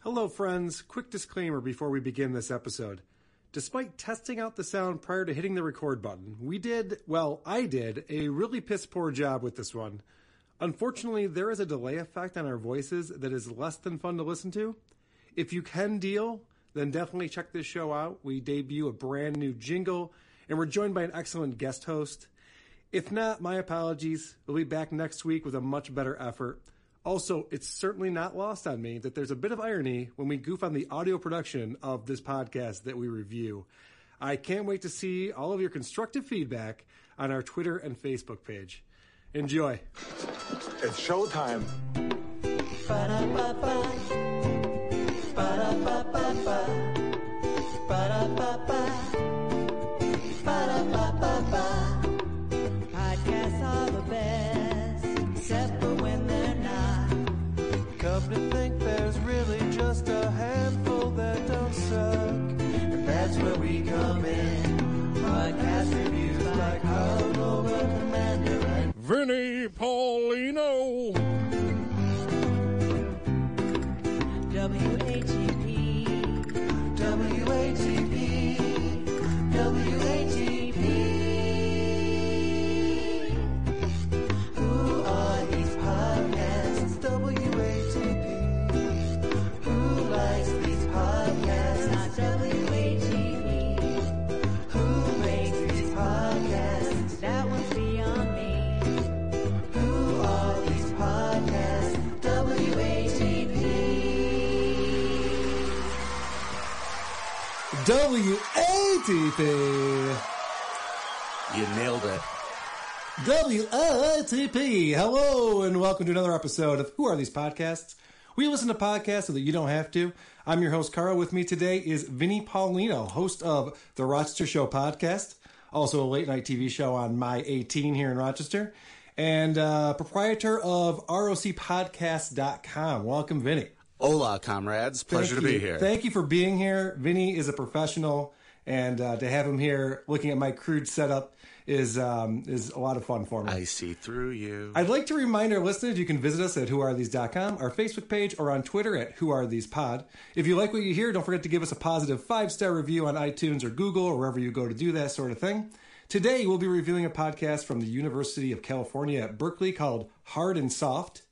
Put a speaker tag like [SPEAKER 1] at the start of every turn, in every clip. [SPEAKER 1] Hello, friends. Quick disclaimer before we begin this episode. Despite testing out the sound prior to hitting the record button, we did, well, I did, a really piss poor job with this one. Unfortunately, there is a delay effect on our voices that is less than fun to listen to. If you can deal, then definitely check this show out. We debut a brand new jingle, and we're joined by an excellent guest host. If not, my apologies. We'll be back next week with a much better effort. Also, it's certainly not lost on me that there's a bit of irony when we goof on the audio production of this podcast that we review. I can't wait to see all of your constructive feedback on our Twitter and Facebook page. Enjoy.
[SPEAKER 2] It's showtime.
[SPEAKER 3] Podcasts are the best, except for when they're not. Come to think there's really just a handful that don't suck. And that's where we come in. Podcast reviews like Hungover Commander and
[SPEAKER 4] Vinny Paulino.
[SPEAKER 3] E WATP. E WATP. E WATP. Who are these podcasts? WATP. Who likes these podcasts? Not WATP. Who makes these podcasts? That one's beyond me. Who are these podcasts? E WATP.
[SPEAKER 1] WATP.
[SPEAKER 4] You nailed it.
[SPEAKER 1] WATP. Hello and welcome to another episode of Who Are These Podcasts? We listen to podcasts so that you don't have to. I'm your host, Carl. With me today is Vinny Paulino, host of the Rochester Show podcast, also a late night TV show on My 18 here in Rochester, and uh, proprietor of ROCpodcast.com. Welcome, Vinny.
[SPEAKER 5] Hola, comrades. Pleasure
[SPEAKER 1] Thank
[SPEAKER 5] to be
[SPEAKER 1] you.
[SPEAKER 5] here.
[SPEAKER 1] Thank you for being here. Vinny is a professional, and uh, to have him here looking at my crude setup is um, is a lot of fun for me.
[SPEAKER 5] I see through you.
[SPEAKER 1] I'd like to remind our listeners you can visit us at whoarethese.com, our Facebook page, or on Twitter at whoarethesepod. If you like what you hear, don't forget to give us a positive five star review on iTunes or Google or wherever you go to do that sort of thing. Today, we'll be reviewing a podcast from the University of California at Berkeley called Hard and Soft.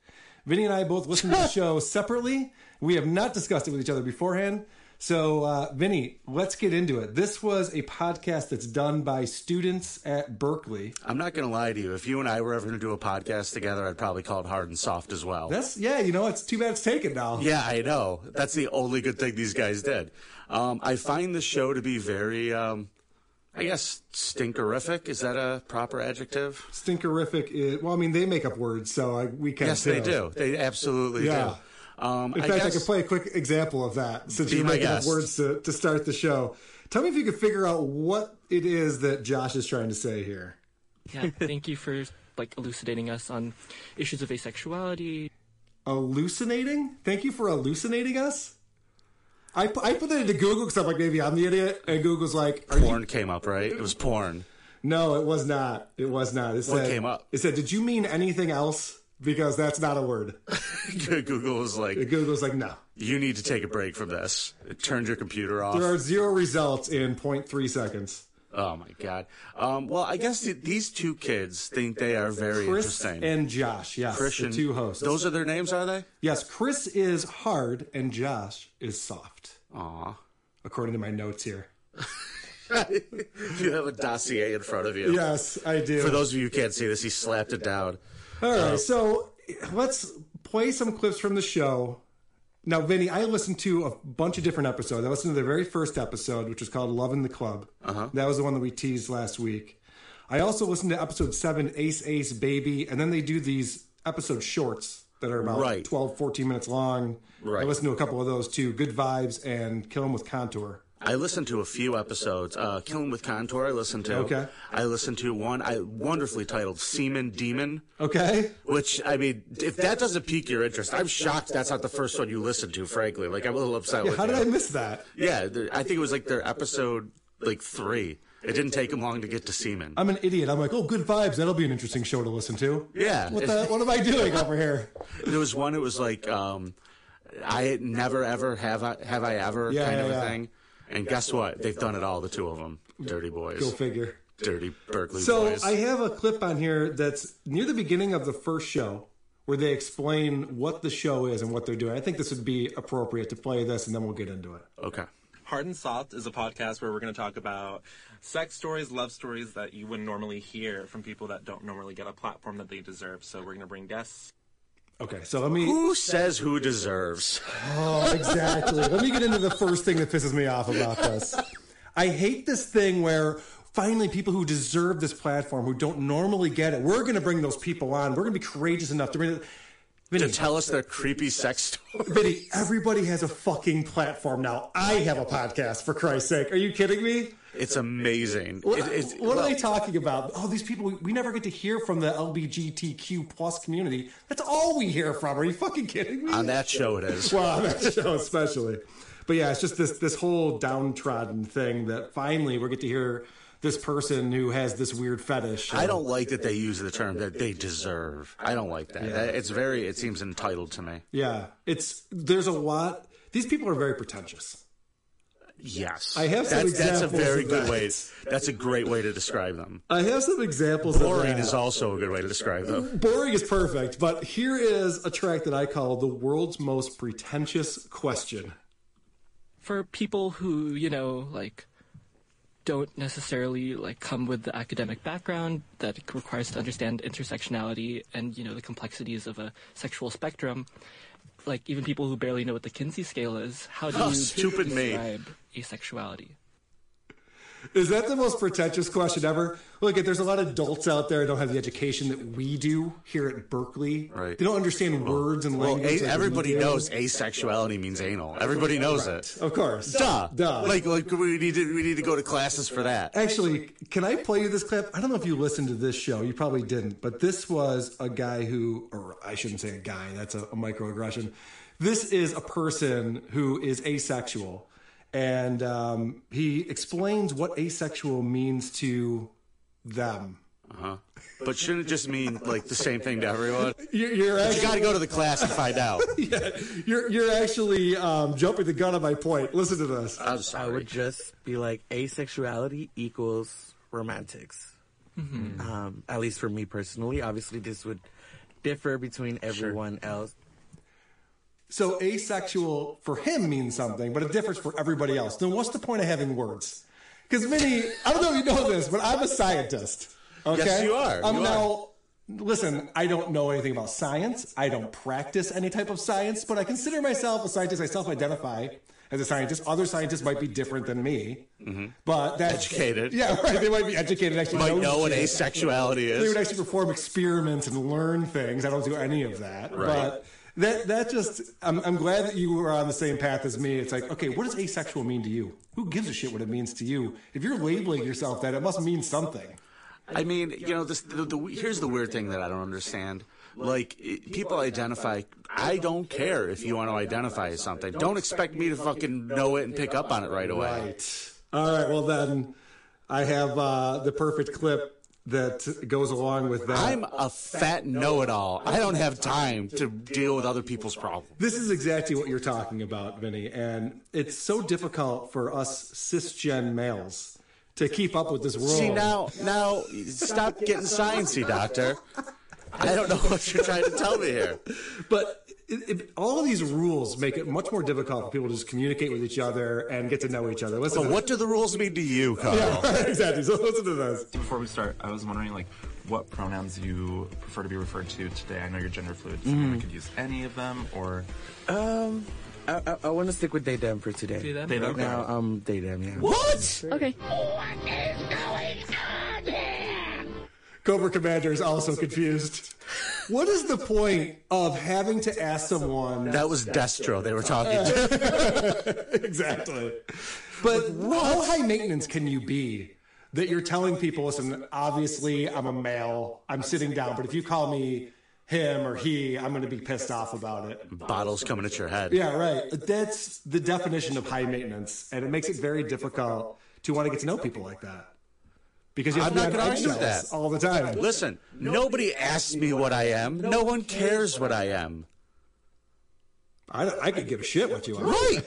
[SPEAKER 1] Vinny and I both listened to the show separately. We have not discussed it with each other beforehand. So, uh, Vinny, let's get into it. This was a podcast that's done by students at Berkeley.
[SPEAKER 5] I'm not going to lie to you. If you and I were ever going to do a podcast together, I'd probably call it Hard and Soft as well.
[SPEAKER 1] That's, yeah, you know, it's too bad it's taken now.
[SPEAKER 5] yeah, I know. That's the only good thing these guys did. Um, I find the show to be very, um, I guess, stinkerific. Is that a proper adjective?
[SPEAKER 1] Stinkerific is well. I mean, they make up words, so I, we can.
[SPEAKER 5] Yes,
[SPEAKER 1] too.
[SPEAKER 5] they do. They absolutely
[SPEAKER 1] Yeah.
[SPEAKER 5] do. Um,
[SPEAKER 1] In
[SPEAKER 5] I
[SPEAKER 1] fact, I
[SPEAKER 5] guess,
[SPEAKER 1] could play a quick example of that since
[SPEAKER 5] Be
[SPEAKER 1] you're
[SPEAKER 5] my
[SPEAKER 1] making up
[SPEAKER 5] guest.
[SPEAKER 1] words to, to start the show. Tell me if you could figure out what it is that Josh is trying to say here.
[SPEAKER 6] yeah, thank you for like elucidating us on issues of asexuality.
[SPEAKER 1] Hallucinating. Thank you for hallucinating us. I, pu- I put that into Google because I'm like maybe I'm the idiot, and Google's like, Are you,
[SPEAKER 5] porn came up, right? It was porn.
[SPEAKER 1] no, it was not. It was not. It said,
[SPEAKER 5] came up?
[SPEAKER 1] It said, Did you mean anything else? Because that's not a word.
[SPEAKER 5] Google was like,
[SPEAKER 1] Google's like, No.
[SPEAKER 5] you need to take a break from this. It turned your computer off.
[SPEAKER 1] There are zero results in 0.3 seconds.
[SPEAKER 5] Oh my god. Um, well, I guess th- these two kids think they are very
[SPEAKER 1] Chris
[SPEAKER 5] interesting.
[SPEAKER 1] and Josh, yes,
[SPEAKER 5] Christian-
[SPEAKER 1] the two hosts.
[SPEAKER 5] Those are their names, are they?
[SPEAKER 1] yes, Chris is hard and Josh is soft,
[SPEAKER 5] Aw.
[SPEAKER 1] according to my notes here.
[SPEAKER 5] you have a dossier in front of you.
[SPEAKER 1] Yes, I do.
[SPEAKER 5] For those of you who can't see this, he slapped it down.
[SPEAKER 1] All
[SPEAKER 5] Uh,
[SPEAKER 1] right, so let's play some clips from the show. Now, Vinny, I listened to a bunch of different episodes. I listened to the very first episode, which was called "Love in the Club." Uh-huh. That was the one that we teased last week. I also listened to episode seven, Ace Ace Baby, and then they do these episode shorts that are about
[SPEAKER 5] Right.
[SPEAKER 1] 12, 14 minutes long. I
[SPEAKER 5] Right.
[SPEAKER 1] listened to a couple of those too, Good Vibes and Kill 'Em with Contour.
[SPEAKER 5] I listened to a few episodes. Uh, Killing with Contour, I listened to.
[SPEAKER 1] Okay.
[SPEAKER 5] I listened to one I wonderfully titled Seaman Demon,
[SPEAKER 1] Okay,
[SPEAKER 5] which, I mean, if that doesn't pique your interest, I'm shocked that's not the first one you listened to, frankly. Like, I'm a little upset with
[SPEAKER 1] how
[SPEAKER 5] you.
[SPEAKER 1] did I miss that?
[SPEAKER 5] Yeah, th- I think it was like their episode like three. It didn't take him long to get to Seaman.
[SPEAKER 1] I'm an idiot. I'm like, oh, Good Vibes. That'll be an interesting show to listen to.
[SPEAKER 5] Yeah,
[SPEAKER 1] What the? What am I doing over here?
[SPEAKER 5] there was one. It was like um, I never ever have I have I ever
[SPEAKER 1] Yeah,
[SPEAKER 5] kind
[SPEAKER 1] yeah,
[SPEAKER 5] of a
[SPEAKER 1] yeah.
[SPEAKER 5] thing. And guess what? They've done it all. The two of them, dirty boys,
[SPEAKER 1] Go figure.
[SPEAKER 5] dirty Berkeley
[SPEAKER 1] So
[SPEAKER 5] boys.
[SPEAKER 1] I have a clip on here that's near the beginning of the first show where they explain what the show is and what they're doing. I think this would be appropriate to play this and then we'll get into it.
[SPEAKER 5] okay.
[SPEAKER 7] Hard and Soft is a podcast where we're going to talk about sex stories, love stories that you wouldn't normally hear from people that don't normally get a platform that they deserve. So we're going to bring guests.
[SPEAKER 1] Okay, so let me
[SPEAKER 5] Who says who deserves?
[SPEAKER 1] exactly. Let me get into the first thing that pisses me off about this. I hate this thing where finally people who deserve this platform, who don't normally get it, we're going to bring those people on. We're going to be courageous enough to bring.
[SPEAKER 5] to tell us their creepy sex story.
[SPEAKER 1] Vinny, everybody has a fucking platform now. I have a podcast, for Christ's sake. Are you kidding me?
[SPEAKER 5] It's amazing. It- it's-
[SPEAKER 1] what are
[SPEAKER 5] well,
[SPEAKER 1] they talking about? Oh, these people we never get to hear from the LBGTQ plus community. That's all we hear from. Are you fucking kidding me?
[SPEAKER 5] on that show? It is.
[SPEAKER 1] well, on that show especially. But yeah, it's just this this whole downtrodden thing that finally we get to hear this person who has this weird fetish.
[SPEAKER 5] I don't like that they use the term that they deserve. I don't like that. That- It's very. It seems entitled to me.
[SPEAKER 1] Yeah, it's there's a lot. These people are very pretentious.
[SPEAKER 5] Yes,
[SPEAKER 1] I have some
[SPEAKER 5] that's, that's a
[SPEAKER 1] examples
[SPEAKER 5] very
[SPEAKER 1] of
[SPEAKER 5] good
[SPEAKER 1] that.
[SPEAKER 5] way. That's a great way to describe them.
[SPEAKER 1] I have some examples.
[SPEAKER 5] Boring
[SPEAKER 1] of that.
[SPEAKER 5] is also a good way to describe them.
[SPEAKER 1] boring is perfect. But here is a track that I call the world's most pretentious question.
[SPEAKER 6] for people who you know like don't necessarily like come with the academic background that requires to understand intersectionality and you know the complexities of a sexual spectrum like even people who barely know what the kinsey scale is how do
[SPEAKER 5] Oh,
[SPEAKER 6] you
[SPEAKER 5] stupid me.
[SPEAKER 6] describe asexuality
[SPEAKER 1] Is that the most pretentious question ever? Look, if there's a lot of adults out there who don't have the education that we do here at Berkeley.
[SPEAKER 5] Right.
[SPEAKER 1] They don't understand words and
[SPEAKER 5] Well,
[SPEAKER 1] language.
[SPEAKER 5] a-
[SPEAKER 1] like
[SPEAKER 5] everybody
[SPEAKER 1] we do.
[SPEAKER 5] knows asexuality means anal. Everybody knows it.
[SPEAKER 1] Of course.
[SPEAKER 5] Duh.
[SPEAKER 1] Duh.
[SPEAKER 5] Like, like we need to, we need to go to classes for that.
[SPEAKER 1] Actually, can I play you this clip? I don't know if you listened to this show. You probably didn't, but this was a guy who, or I shouldn't say a guy, that's a, a microaggression. This is a person who is asexual. And um, he explains what asexual means to them.
[SPEAKER 5] But shouldn't it just mean like the same thing to everyone?
[SPEAKER 1] You're, you're
[SPEAKER 5] You got to go to the class and find out.
[SPEAKER 1] You're you're actually um, jumping the gun on my point. Listen to this.
[SPEAKER 5] I'm
[SPEAKER 8] I would
[SPEAKER 5] sorry.
[SPEAKER 8] just be like asexuality equals romantics. Um, at least for me personally. Obviously, this would differ between everyone else.
[SPEAKER 1] So asexual for him means something, but it differs for everybody else. Then what's the point of having words? Because many, I don't know if you know this, but I'm a scientist. Okay,
[SPEAKER 5] Yes, you are.
[SPEAKER 1] I'm
[SPEAKER 5] You are.
[SPEAKER 1] now. Listen, I don't know anything about science. I don't practice any type of science, but I consider myself a scientist. I self-identify as a scientist. Other scientists might be different than me, but that's
[SPEAKER 5] Mm-hmm. Educated.
[SPEAKER 1] Yeah, right. They might be educated. Actually,
[SPEAKER 5] Might know what
[SPEAKER 1] shit
[SPEAKER 5] asexuality
[SPEAKER 1] they
[SPEAKER 5] is.
[SPEAKER 1] would actually perform experiments and learn things. I don't do any of that. But that that just I'm, I'm glad that you were on the same path as me. It's like, okay, what does asexual mean to you? Who gives a shit what it means to you? If you're labeling yourself that, it must mean something.
[SPEAKER 5] I mean, you know, this, the, the, here's the weird thing that I don't understand. Like, it, people identify. I don't care if you want to identify as something. Don't expect me to fucking know it and pick up on it right away.
[SPEAKER 1] Right. All right. Well, then I have uh, the perfect clip that goes along with that.
[SPEAKER 5] I'm a fat know-it-all. I don't have time to deal with other people's problems.
[SPEAKER 1] This is exactly what you're talking about, Vinny. And it's so difficult for us cisgen males to keep up with this world.
[SPEAKER 5] See now, now, stop getting sciencey, doctor. I don't know what you're trying to tell me here.
[SPEAKER 1] But it, it, all of these rules make it much more difficult for people to just communicate with each other and get to know each other. Listen,
[SPEAKER 5] But what do the rules mean to you, Carl?
[SPEAKER 1] Oh, exactly? So listen to this.
[SPEAKER 7] Before we start, I was wondering like what pronouns you prefer to be referred to today. I know you're gender fluid, so
[SPEAKER 9] Mm-hmm.
[SPEAKER 7] we could use any of them or
[SPEAKER 8] Um, I, I, I want to stick with they them for today.
[SPEAKER 6] They them?
[SPEAKER 7] they don't.
[SPEAKER 8] Right now, um, they them, yeah.
[SPEAKER 5] What?
[SPEAKER 6] okay
[SPEAKER 1] Cobra Commander is also confused. What is the point of having to ask someone
[SPEAKER 5] That was Destro they were talking to.
[SPEAKER 1] exactly? But how high maintenance can you be that you're telling people, listen, obviously I'm a male, I'm sitting down, but if you call me him or he, I'm going to be pissed off about it.
[SPEAKER 5] Bottles coming at your head.
[SPEAKER 1] Yeah, right. That's the definition of high maintenance, and it makes it very difficult to want to get to know people like that. Because you have
[SPEAKER 5] I'm
[SPEAKER 1] to be
[SPEAKER 5] not
[SPEAKER 1] on
[SPEAKER 5] gonna argue with
[SPEAKER 1] eggshells
[SPEAKER 5] that.
[SPEAKER 1] all the time.
[SPEAKER 5] Listen, nobody asks me what I am. No one cares what I am.
[SPEAKER 1] I, I could give a shit what you are.
[SPEAKER 5] Right.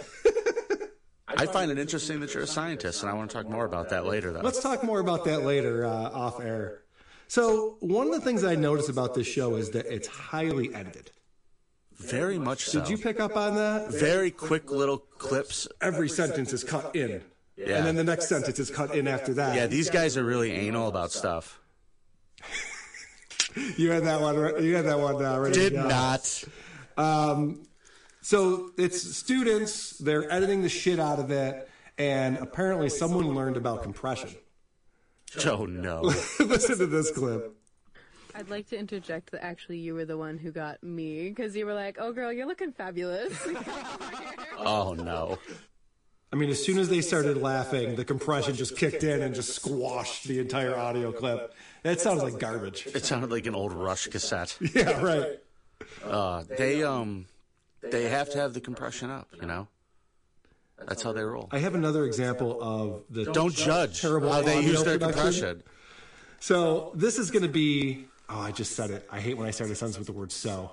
[SPEAKER 5] I find it interesting that you're a scientist, and I want to talk more about that later, though.
[SPEAKER 1] Let's talk more about that later uh, off air. So, one of the things I notice about this show is that it's highly edited.
[SPEAKER 5] Very much so.
[SPEAKER 1] Did you pick up on that?
[SPEAKER 5] Very quick little clips.
[SPEAKER 1] Every sentence is cut in,
[SPEAKER 5] Yeah.
[SPEAKER 1] and then the next sentence is cut in after that.
[SPEAKER 5] yeah, these guys are really anal about stuff.
[SPEAKER 1] you had that one. right- You had that one. Uh, right
[SPEAKER 5] Did
[SPEAKER 1] down.
[SPEAKER 5] not.
[SPEAKER 1] Um, So it's students. They're editing the shit out of it, and apparently someone learned about compression.
[SPEAKER 5] Oh, no.
[SPEAKER 1] Listen to this clip.
[SPEAKER 10] I'd like to interject that actually you were the one who got me because you were like, "Oh, girl, you're looking fabulous."
[SPEAKER 5] Oh, no.
[SPEAKER 1] I mean, as soon as they started laughing, the compression just kicked in and just squashed the entire audio clip. That sounds like garbage.
[SPEAKER 5] It sounded like an old Rush cassette.
[SPEAKER 1] Yeah, right.
[SPEAKER 5] Uh, they, um, they have to have the compression up, you know? That's how they roll.
[SPEAKER 1] I have another example of the
[SPEAKER 5] Don't judge
[SPEAKER 1] terrible
[SPEAKER 5] how they
[SPEAKER 1] audio
[SPEAKER 5] use their
[SPEAKER 1] production.
[SPEAKER 5] compression.
[SPEAKER 1] So this is going to be. Oh, I just said it. I hate when I start a sentence with the word so.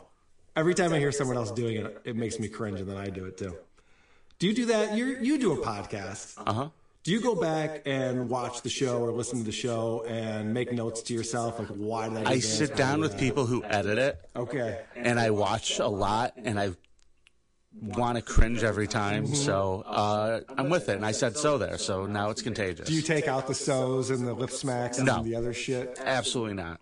[SPEAKER 1] Every time I hear someone else doing it, it makes me cringe, and then I do it too. Do you do that? You you do a podcast.
[SPEAKER 5] Uh huh.
[SPEAKER 1] Do you go back and watch the show or listen to the show and make notes to yourself? Like, why did I? do
[SPEAKER 5] I
[SPEAKER 1] this?
[SPEAKER 5] sit down with people who edit it,
[SPEAKER 1] Okay.
[SPEAKER 5] and I watch a lot, and I want to cringe every time.
[SPEAKER 1] Mm-hmm.
[SPEAKER 5] So uh, I'm with it, and I said so there. So now it's contagious.
[SPEAKER 1] Do you take out the so's and the lip smacks and
[SPEAKER 5] No.
[SPEAKER 1] the other shit?
[SPEAKER 5] Absolutely not.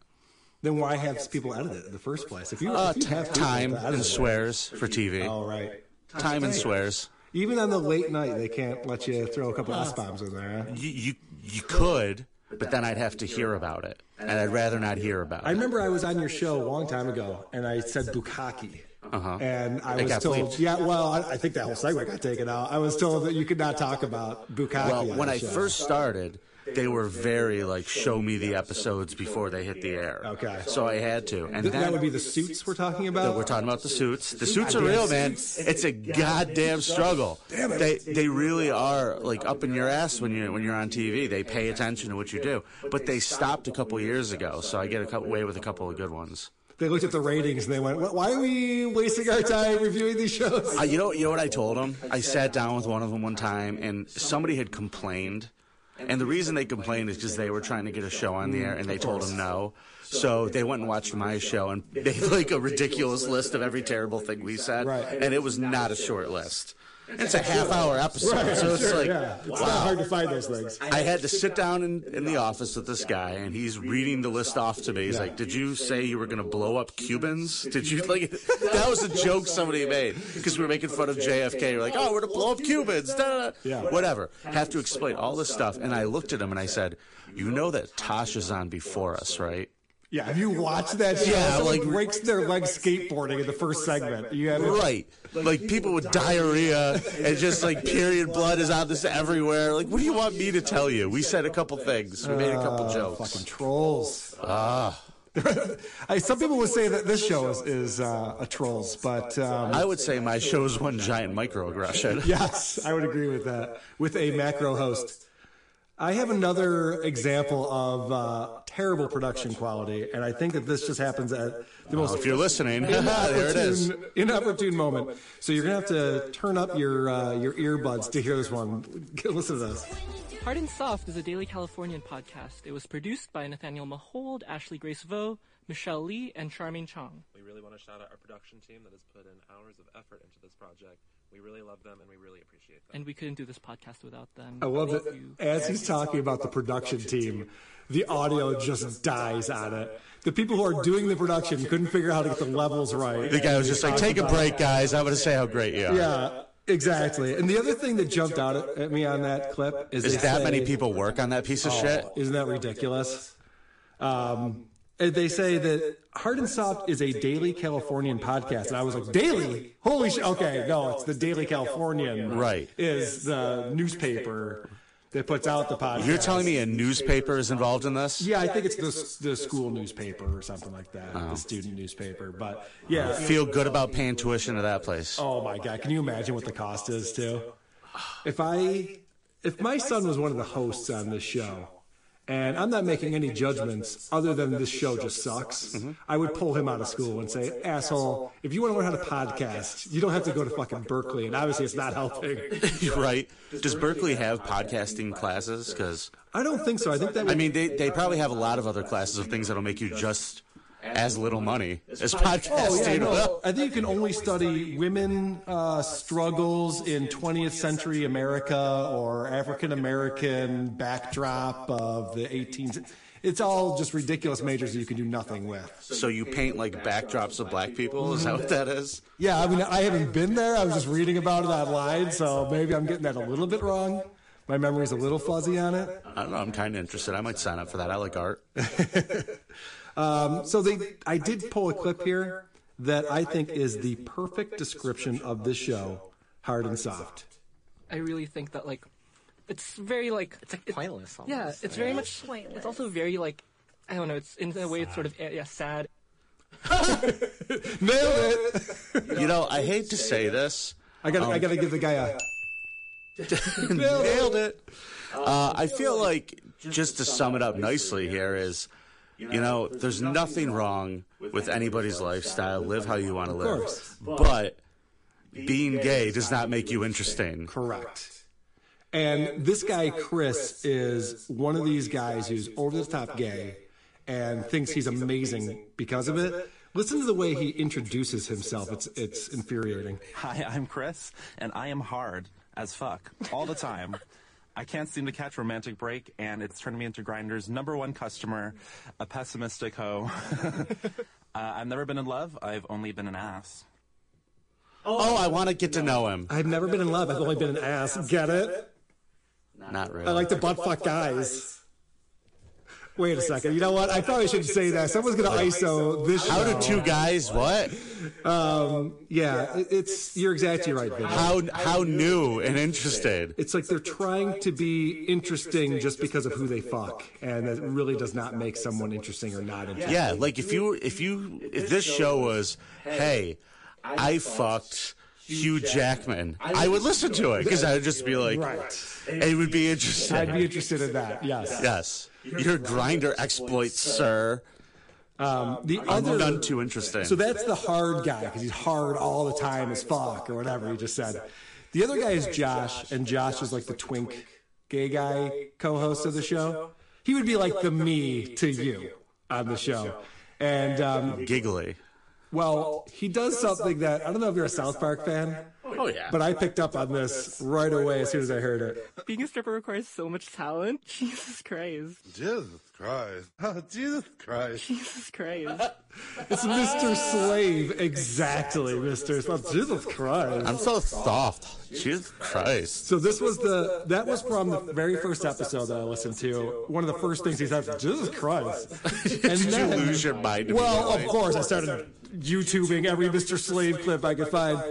[SPEAKER 1] Then why have people edit it in the first place? If you,
[SPEAKER 5] Uh,
[SPEAKER 1] if you have people
[SPEAKER 5] time
[SPEAKER 1] to edit
[SPEAKER 5] and
[SPEAKER 1] it.
[SPEAKER 5] swears for TV.
[SPEAKER 1] All right.
[SPEAKER 5] Time and swears.
[SPEAKER 1] Even on the late night, they can't let you throw a couple S bombs in there. Huh?
[SPEAKER 5] You, you you could, but then I'd have to hear about it, and I'd rather not hear about
[SPEAKER 1] I
[SPEAKER 5] it.
[SPEAKER 1] remember I was on your show a long time ago, and I said bukkake.
[SPEAKER 5] Uh-huh.
[SPEAKER 1] And I
[SPEAKER 5] It
[SPEAKER 1] was
[SPEAKER 5] got
[SPEAKER 1] told,
[SPEAKER 5] bleeped.
[SPEAKER 1] yeah, well, I, I think that whole segment got taken out. I was told that you could not talk about bukkake.
[SPEAKER 5] Well,
[SPEAKER 1] on
[SPEAKER 5] when
[SPEAKER 1] the
[SPEAKER 5] I
[SPEAKER 1] show.
[SPEAKER 5] first started, they were very like, show me the episodes before they hit the air.
[SPEAKER 1] Okay.
[SPEAKER 5] So I had to, and
[SPEAKER 1] Th- that
[SPEAKER 5] then
[SPEAKER 1] would be the suits we're talking about.
[SPEAKER 5] That we're talking about the suits. The suits are real, man. It's a goddamn struggle. They they really are like up in your ass when you when you're on TV. They pay attention to what you do. But they stopped a couple years ago, so I get a cou- away with a couple of good ones.
[SPEAKER 1] they looked at the ratings and they went, "Wh- "Why are we wasting our time reviewing these shows?"
[SPEAKER 5] Uh, you know you know what I told them? I sat down with one of them one time, and somebody had complained. And the reason they complained is because they were trying to get a show on the air, and they told them no. So they went and watched my show, and they had like a ridiculous list of every terrible thing we said,
[SPEAKER 1] Right.
[SPEAKER 5] and it was not a short list. It's a half-hour episode, so it's like
[SPEAKER 1] yeah, it's not hard to find those things.
[SPEAKER 5] I had to sit down in, in the office with this guy, and he's reading the list off to me. He's like, "Did you say you were going to blow up Cubans? Did you like?" That was a joke somebody made because we were making fun of JFK. We're like, "Oh, we're going to blow up Cubans." Da, da, da.
[SPEAKER 1] Yeah.
[SPEAKER 5] Whatever. Have to explain all this stuff, and I looked at him and I said, "You know that Tasha's on before us, right?"
[SPEAKER 1] Yeah, have you watched that show?
[SPEAKER 5] Yeah,
[SPEAKER 1] Someone
[SPEAKER 5] like-
[SPEAKER 1] breaks their leg skateboarding in the first segment. You have
[SPEAKER 5] Right. Like people with diarrhea and just like period blood is on this everywhere. Like, what do you want me to tell you? We said a couple things. We made a couple jokes.
[SPEAKER 1] Ah, fucking trolls. Ah. I, some people would say that this show is, is uh, a trolls, but um,
[SPEAKER 5] I would say my show's one giant microaggression.
[SPEAKER 1] yes, I would agree with that. With a macro host. I have another example of uh, terrible production quality, and I think that this just happens at the most
[SPEAKER 5] If you're listening, Oh, there it is.
[SPEAKER 1] inopportune- inopportune moment. So you're gonna have to turn up your uh, your earbuds to hear this one. Listen to this.
[SPEAKER 6] Hard and Soft is a daily Californian podcast. It was produced by Nathaniel Mahold, Ashley Grace Vo, Michelle Lee, and Charmaine Chong.
[SPEAKER 7] We really want to shout out our production team that has put in hours of effort into this project. We really love them and we really appreciate them.
[SPEAKER 6] And we couldn't do this podcast without them.
[SPEAKER 1] I love that
[SPEAKER 6] Thank you.
[SPEAKER 1] as he's talking about the production team, the audio just dies on it. The people who are doing the production couldn't figure out how to get the levels right.
[SPEAKER 5] The guy was just like, take a break, guys. I'm going to say how great you are.
[SPEAKER 1] Yeah, exactly. And the other thing that jumped out at at me on that clip is
[SPEAKER 5] Is
[SPEAKER 1] they
[SPEAKER 5] that many
[SPEAKER 1] say-
[SPEAKER 5] people work on that piece of
[SPEAKER 1] Oh,
[SPEAKER 5] shit?
[SPEAKER 1] Isn't that ridiculous? Um, and they say that Hard and Soft is a daily Californian podcast, and I was like, daily? Holy shit! Okay, no, it's the Daily Californian.
[SPEAKER 5] Right.
[SPEAKER 1] Is the newspaper that puts out the podcast.
[SPEAKER 5] You're telling me a newspaper is involved in this?
[SPEAKER 1] Yeah, I think it's the the school newspaper or something like that, the student newspaper. But uh, yeah,
[SPEAKER 5] Feel good about paying tuition to that place.
[SPEAKER 1] Oh my god, can you imagine what the cost is too? If I if my son was one of the hosts on this show And I'm not making any judgments other than this show just sucks. I would pull him out of school and say, asshole, if you want to learn how to podcast, you don't have to go to fucking Berkeley. And obviously, it's not helping.
[SPEAKER 5] right? Does Berkeley have podcasting classes? Because
[SPEAKER 1] I don't think so. I think that
[SPEAKER 5] I
[SPEAKER 1] would
[SPEAKER 5] mean, they they probably have a lot of other classes of things that'll make you just as little money as podcasting.
[SPEAKER 1] Oh, yeah,
[SPEAKER 5] will.
[SPEAKER 1] no. I think you can only study women uh, struggles in 20th century America or African American backdrop of the 18th. It's all just ridiculous majors that you can do nothing with.
[SPEAKER 5] So you paint like backdrops of black people? Is that what that is?
[SPEAKER 1] Yeah, I mean, I haven't been there. I was just reading about it online, so maybe I'm getting that a little bit wrong. My memory's a little fuzzy on it.
[SPEAKER 5] I don't know. I'm kind of interested. I might sign up for that. I like art.
[SPEAKER 1] So they, I did pull a clip here that I think is the perfect description of this show, hard and soft.
[SPEAKER 6] I really think that like it's very like
[SPEAKER 11] It's like pointless. Almost.
[SPEAKER 6] yeah, it's very much It's also very like I don't know. It's in a way it's sort of eh, yeah sad.
[SPEAKER 1] Nailed it!
[SPEAKER 5] You know, I hate to say this.
[SPEAKER 1] I gotta, I gotta give the guy a.
[SPEAKER 5] Nailed it. Uh, I feel like just to sum it up nicely here is, you know, there's nothing wrong with anybody's lifestyle. Live how you want to live.
[SPEAKER 1] course.
[SPEAKER 5] But being gay does not make you interesting.
[SPEAKER 1] Correct. And this guy, Chris, is one of these guys who's over the top gay and thinks he's amazing because of it. Listen to the way he introduces himself. It's, it's infuriating.
[SPEAKER 9] Hi, I'm Chris, and I am hard as fuck all the time. I can't seem to catch romantic break, and it's turned me into Grinder's number one customer, a pessimistic hoe. uh, I've never been in love. I've only been an ass.
[SPEAKER 5] Oh, I want to get to know him.
[SPEAKER 1] I've never been in love. I've only been an ass. Get it?
[SPEAKER 5] Not really.
[SPEAKER 1] I like to butt fuck guys. Wait a second. You know what? I probably shouldn't say that. Someone's going to ISO this
[SPEAKER 5] How do
[SPEAKER 1] show.
[SPEAKER 5] two guys what?
[SPEAKER 1] Yeah, it- it's, you're exactly right, Vinny.
[SPEAKER 5] How how new and interested?
[SPEAKER 1] It's like they're trying to be interesting just because of who they fuck, and that really does not make someone interesting or not interesting.
[SPEAKER 5] Yeah, like if you if you if this show was, hey, I fucked Hugh Jackman, I would listen to it because I would just be like,
[SPEAKER 1] Right.
[SPEAKER 5] it would be interesting.
[SPEAKER 1] I'd be interested in that. Yes.
[SPEAKER 5] Yes. Your grinder exploits, sir.
[SPEAKER 1] The
[SPEAKER 5] I'm
[SPEAKER 1] other.
[SPEAKER 5] none too interesting.
[SPEAKER 1] So that's the hard guy because he's hard all the time as fuck or whatever he just said. The other guy is Josh, and Josh is like the twink gay guy co-host of the show. He would be like the me to you on the show. And um,
[SPEAKER 5] giggly.
[SPEAKER 1] well, he does something that I don't know if you're a South Park fan.
[SPEAKER 5] Oh yeah.
[SPEAKER 1] But I picked up on this right away as soon as I heard it.
[SPEAKER 6] Being a stripper requires so much talent. Jesus Christ.
[SPEAKER 2] Jesus Christ. Oh, Jesus Christ.
[SPEAKER 6] Jesus Christ.
[SPEAKER 1] It's Mr. Slave. Exactly, Mr. Slave. Jesus Christ.
[SPEAKER 5] I'm so soft. Jesus Christ.
[SPEAKER 1] So this was the that was from the very first episode that I listened to. One of the first things he said, Jesus Christ. And
[SPEAKER 5] Did you
[SPEAKER 1] then,
[SPEAKER 5] lose your mind?
[SPEAKER 1] well, of
[SPEAKER 5] immediately?
[SPEAKER 1] course, I started YouTubing every Mr. Slave clip I could find.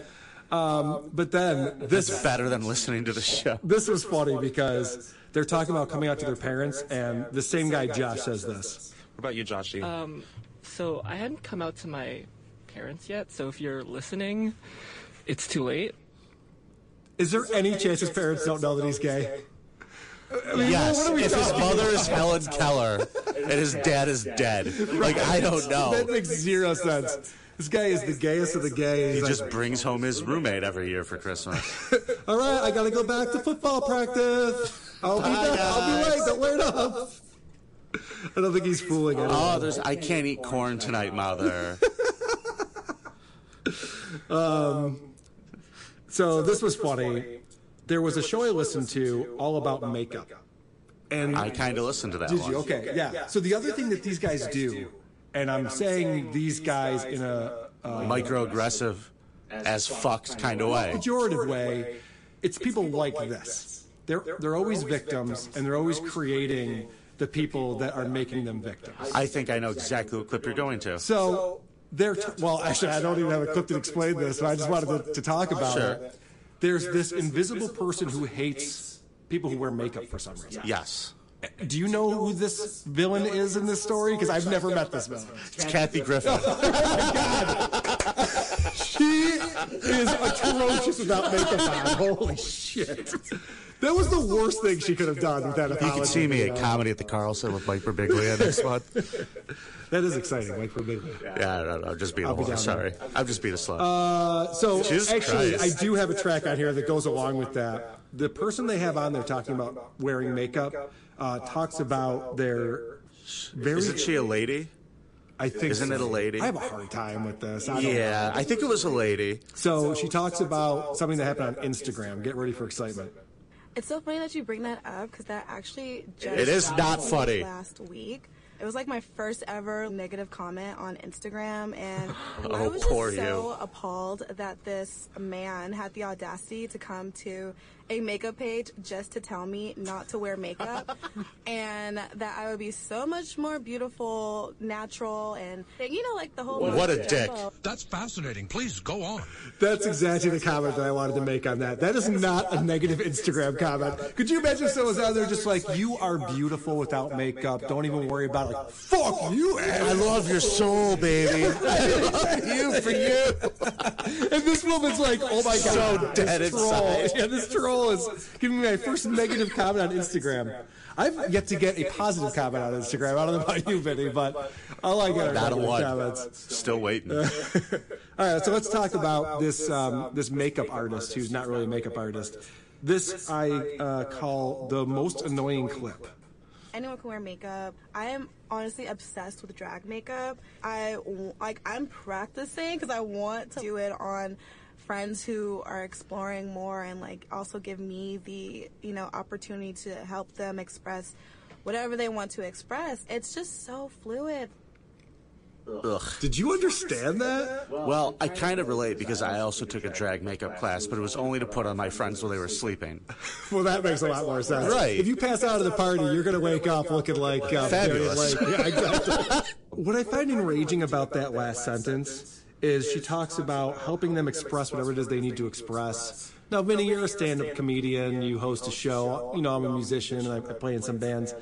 [SPEAKER 1] Um, but then this
[SPEAKER 5] It's better than listening to the show.
[SPEAKER 1] this was funny because they're talking about coming out to their parents, and the same guy Josh says this.
[SPEAKER 9] What about you, Joshy?
[SPEAKER 6] So I hadn't come out to my parents yet. So if you're listening, it's too late.
[SPEAKER 1] Is there any chance his parents don't know that he's gay?
[SPEAKER 5] Yes. If his mother is Helen Keller and his dad is dead, like I don't know.
[SPEAKER 1] That makes zero sense. This guy is the gayest of the gay.
[SPEAKER 5] He
[SPEAKER 1] He's
[SPEAKER 5] just
[SPEAKER 1] like,
[SPEAKER 5] brings home his roommate every year for Christmas.
[SPEAKER 1] all right, I gotta go back to football practice. I'll be back. I'll be late. Don't wait up. I don't think he's fooling anyone.
[SPEAKER 5] Oh, there's I can't eat corn tonight, mother.
[SPEAKER 1] so this was funny. There was a show I listened to all about makeup. And
[SPEAKER 5] I kind of listened to that
[SPEAKER 1] Did you?
[SPEAKER 5] one.
[SPEAKER 1] Okay, yeah. So the other thing that these guys do, and I'm saying these guys in a uh,
[SPEAKER 5] Microaggressive as fucked kind of way.
[SPEAKER 1] pejorative way, it's people like this. They're they're always victims, and they're always creating the people that are making them victims.
[SPEAKER 5] I think I know exactly what clip you're going to.
[SPEAKER 1] So they're t- well, actually, I don't even have a clip that explained this, but I just wanted to, to talk about
[SPEAKER 5] Sure.
[SPEAKER 1] it. There's this invisible person who hates people who wear makeup for some reason.
[SPEAKER 5] Yes.
[SPEAKER 1] Do you know who this villain is in this story? Because I've never met this villain.
[SPEAKER 5] It's Kathy Griffin.
[SPEAKER 1] She is atrocious without makeup on. Holy shit. That was the worst thing she could have done with that
[SPEAKER 5] You can see me at comedy at the Carlson with Mike Birbiglia next month.
[SPEAKER 1] That is exciting, Mike Birbiglia.
[SPEAKER 5] Yeah, I don't know. I'm just being a
[SPEAKER 1] I'll be
[SPEAKER 5] whore.
[SPEAKER 1] down
[SPEAKER 5] Sorry, I'm just being a slut.
[SPEAKER 1] Uh, so
[SPEAKER 5] Jesus
[SPEAKER 1] actually,
[SPEAKER 5] Christ.
[SPEAKER 1] I do have a track on here that goes along with that. The person they have on there talking about wearing makeup uh, talks about their very.
[SPEAKER 5] Isn't she a lady?
[SPEAKER 1] I think.
[SPEAKER 5] Isn't
[SPEAKER 1] so.
[SPEAKER 5] it a lady?
[SPEAKER 1] I have a hard time with this. I don't know.
[SPEAKER 5] yeah, I think it was a lady.
[SPEAKER 1] So she talks about something that happened on Instagram. Get ready for excitement.
[SPEAKER 11] It's so funny that you bring that up because that actually just
[SPEAKER 5] It is
[SPEAKER 11] got
[SPEAKER 5] not
[SPEAKER 11] me
[SPEAKER 5] funny.
[SPEAKER 11] Last week, it was like my first ever negative comment on Instagram, and I
[SPEAKER 5] Oh,
[SPEAKER 11] was
[SPEAKER 5] poor
[SPEAKER 11] just so
[SPEAKER 5] you.
[SPEAKER 11] appalled that this man had the audacity to come to a makeup page just to tell me not to wear makeup, and that I would be so much more beautiful, natural, and you know, like the whole marshmallow.
[SPEAKER 12] That's fascinating. Please go on.
[SPEAKER 1] That's exactly the comment that I wanted to make on that. That is not a negative Instagram comment. Could you imagine if someone was out there just like, "You are beautiful without makeup. Don't even worry about it." Like, fuck you. I
[SPEAKER 5] love your soul, baby. you for you.
[SPEAKER 1] And this woman's like, "Oh my god,
[SPEAKER 5] So dead
[SPEAKER 1] this troll.
[SPEAKER 5] inside.
[SPEAKER 1] Yeah, this troll is giving me my first negative comment on Instagram. I've yet to get a positive comment on Instagram. I don't know about you, Vinny, but all I get are
[SPEAKER 5] Not a
[SPEAKER 1] negative
[SPEAKER 5] one.
[SPEAKER 1] comments.
[SPEAKER 5] Still waiting.
[SPEAKER 1] All right, so let's talk about this um, this makeup artist who's not really a makeup artist. This I uh, call the most annoying clip.
[SPEAKER 11] anyone can wear makeup. I am honestly obsessed with drag makeup. I w- like I'm practicing because I want to do it on friends who are exploring more and like also give me the you know opportunity to help them express whatever they want to express. It's just so fluid.
[SPEAKER 5] Ugh.
[SPEAKER 1] Did you understand that?
[SPEAKER 5] Well, I kind of relate because I also took a drag makeup class, but it was only to put on my friends while they were sleeping.
[SPEAKER 1] Well, that makes a lot more sense.
[SPEAKER 5] Right.
[SPEAKER 1] If you pass out at the party, you're going to wake up looking like uh,
[SPEAKER 5] Fabulous.
[SPEAKER 1] Barry Lake. Yeah, exactly. what I find enraging about that last sentence is she talks about helping them express whatever it is they need to express. Now, Vinny, you're a stand-up comedian. You host a show. You know, I'm a musician and I I play in some bands.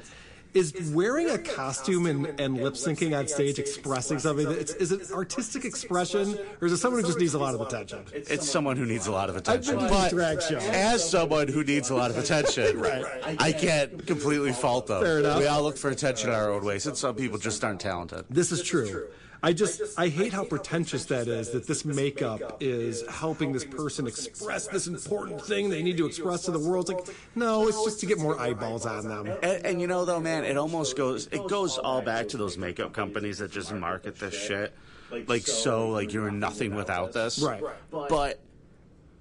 [SPEAKER 1] Is wearing a costume and, and lip syncing on stage expressing something? That it's, is it artistic expression, or is it someone who just needs a lot of attention?
[SPEAKER 5] It's someone who needs a lot of attention.
[SPEAKER 1] been to
[SPEAKER 5] But
[SPEAKER 1] drag shows.
[SPEAKER 5] as someone who needs a lot of attention, I can't completely fault them.
[SPEAKER 1] Fair enough.
[SPEAKER 5] We all look for attention our own ways, and some people just aren't talented.
[SPEAKER 1] This is true. I just I hate how pretentious that is that this makeup is helping this person express this important thing they need to express to the world. It's like no, it's just to get more eyeballs on them.
[SPEAKER 5] And, and you know though, man, it almost goes it goes all back to those makeup companies that just market this shit. Like so, like you're nothing without this.
[SPEAKER 1] Right.
[SPEAKER 5] But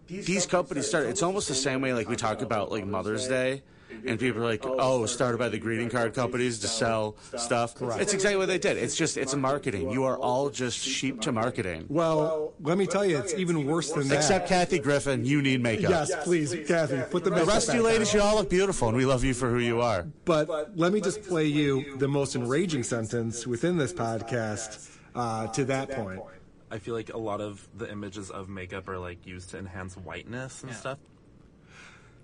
[SPEAKER 5] these companies start it's almost the same way like we talk about like Mother's Day. And people are like, oh, started by the greeting card companies to sell stuff. It's exactly what they did. It's just, it's marketing. You are all just sheep to marketing.
[SPEAKER 1] Well, let me tell you, it's even worse than that.
[SPEAKER 5] Except Kathy Griffin, you need makeup.
[SPEAKER 1] yes, please, Kathy, put the
[SPEAKER 5] The
[SPEAKER 1] makeup
[SPEAKER 5] rest of you
[SPEAKER 1] back on.
[SPEAKER 5] ladies, you all look beautiful, and we love you for who you are.
[SPEAKER 1] But let me just play you the most enraging sentence within this podcast uh, to that point.
[SPEAKER 9] I feel like a lot of the images of makeup are like used to enhance whiteness and stuff.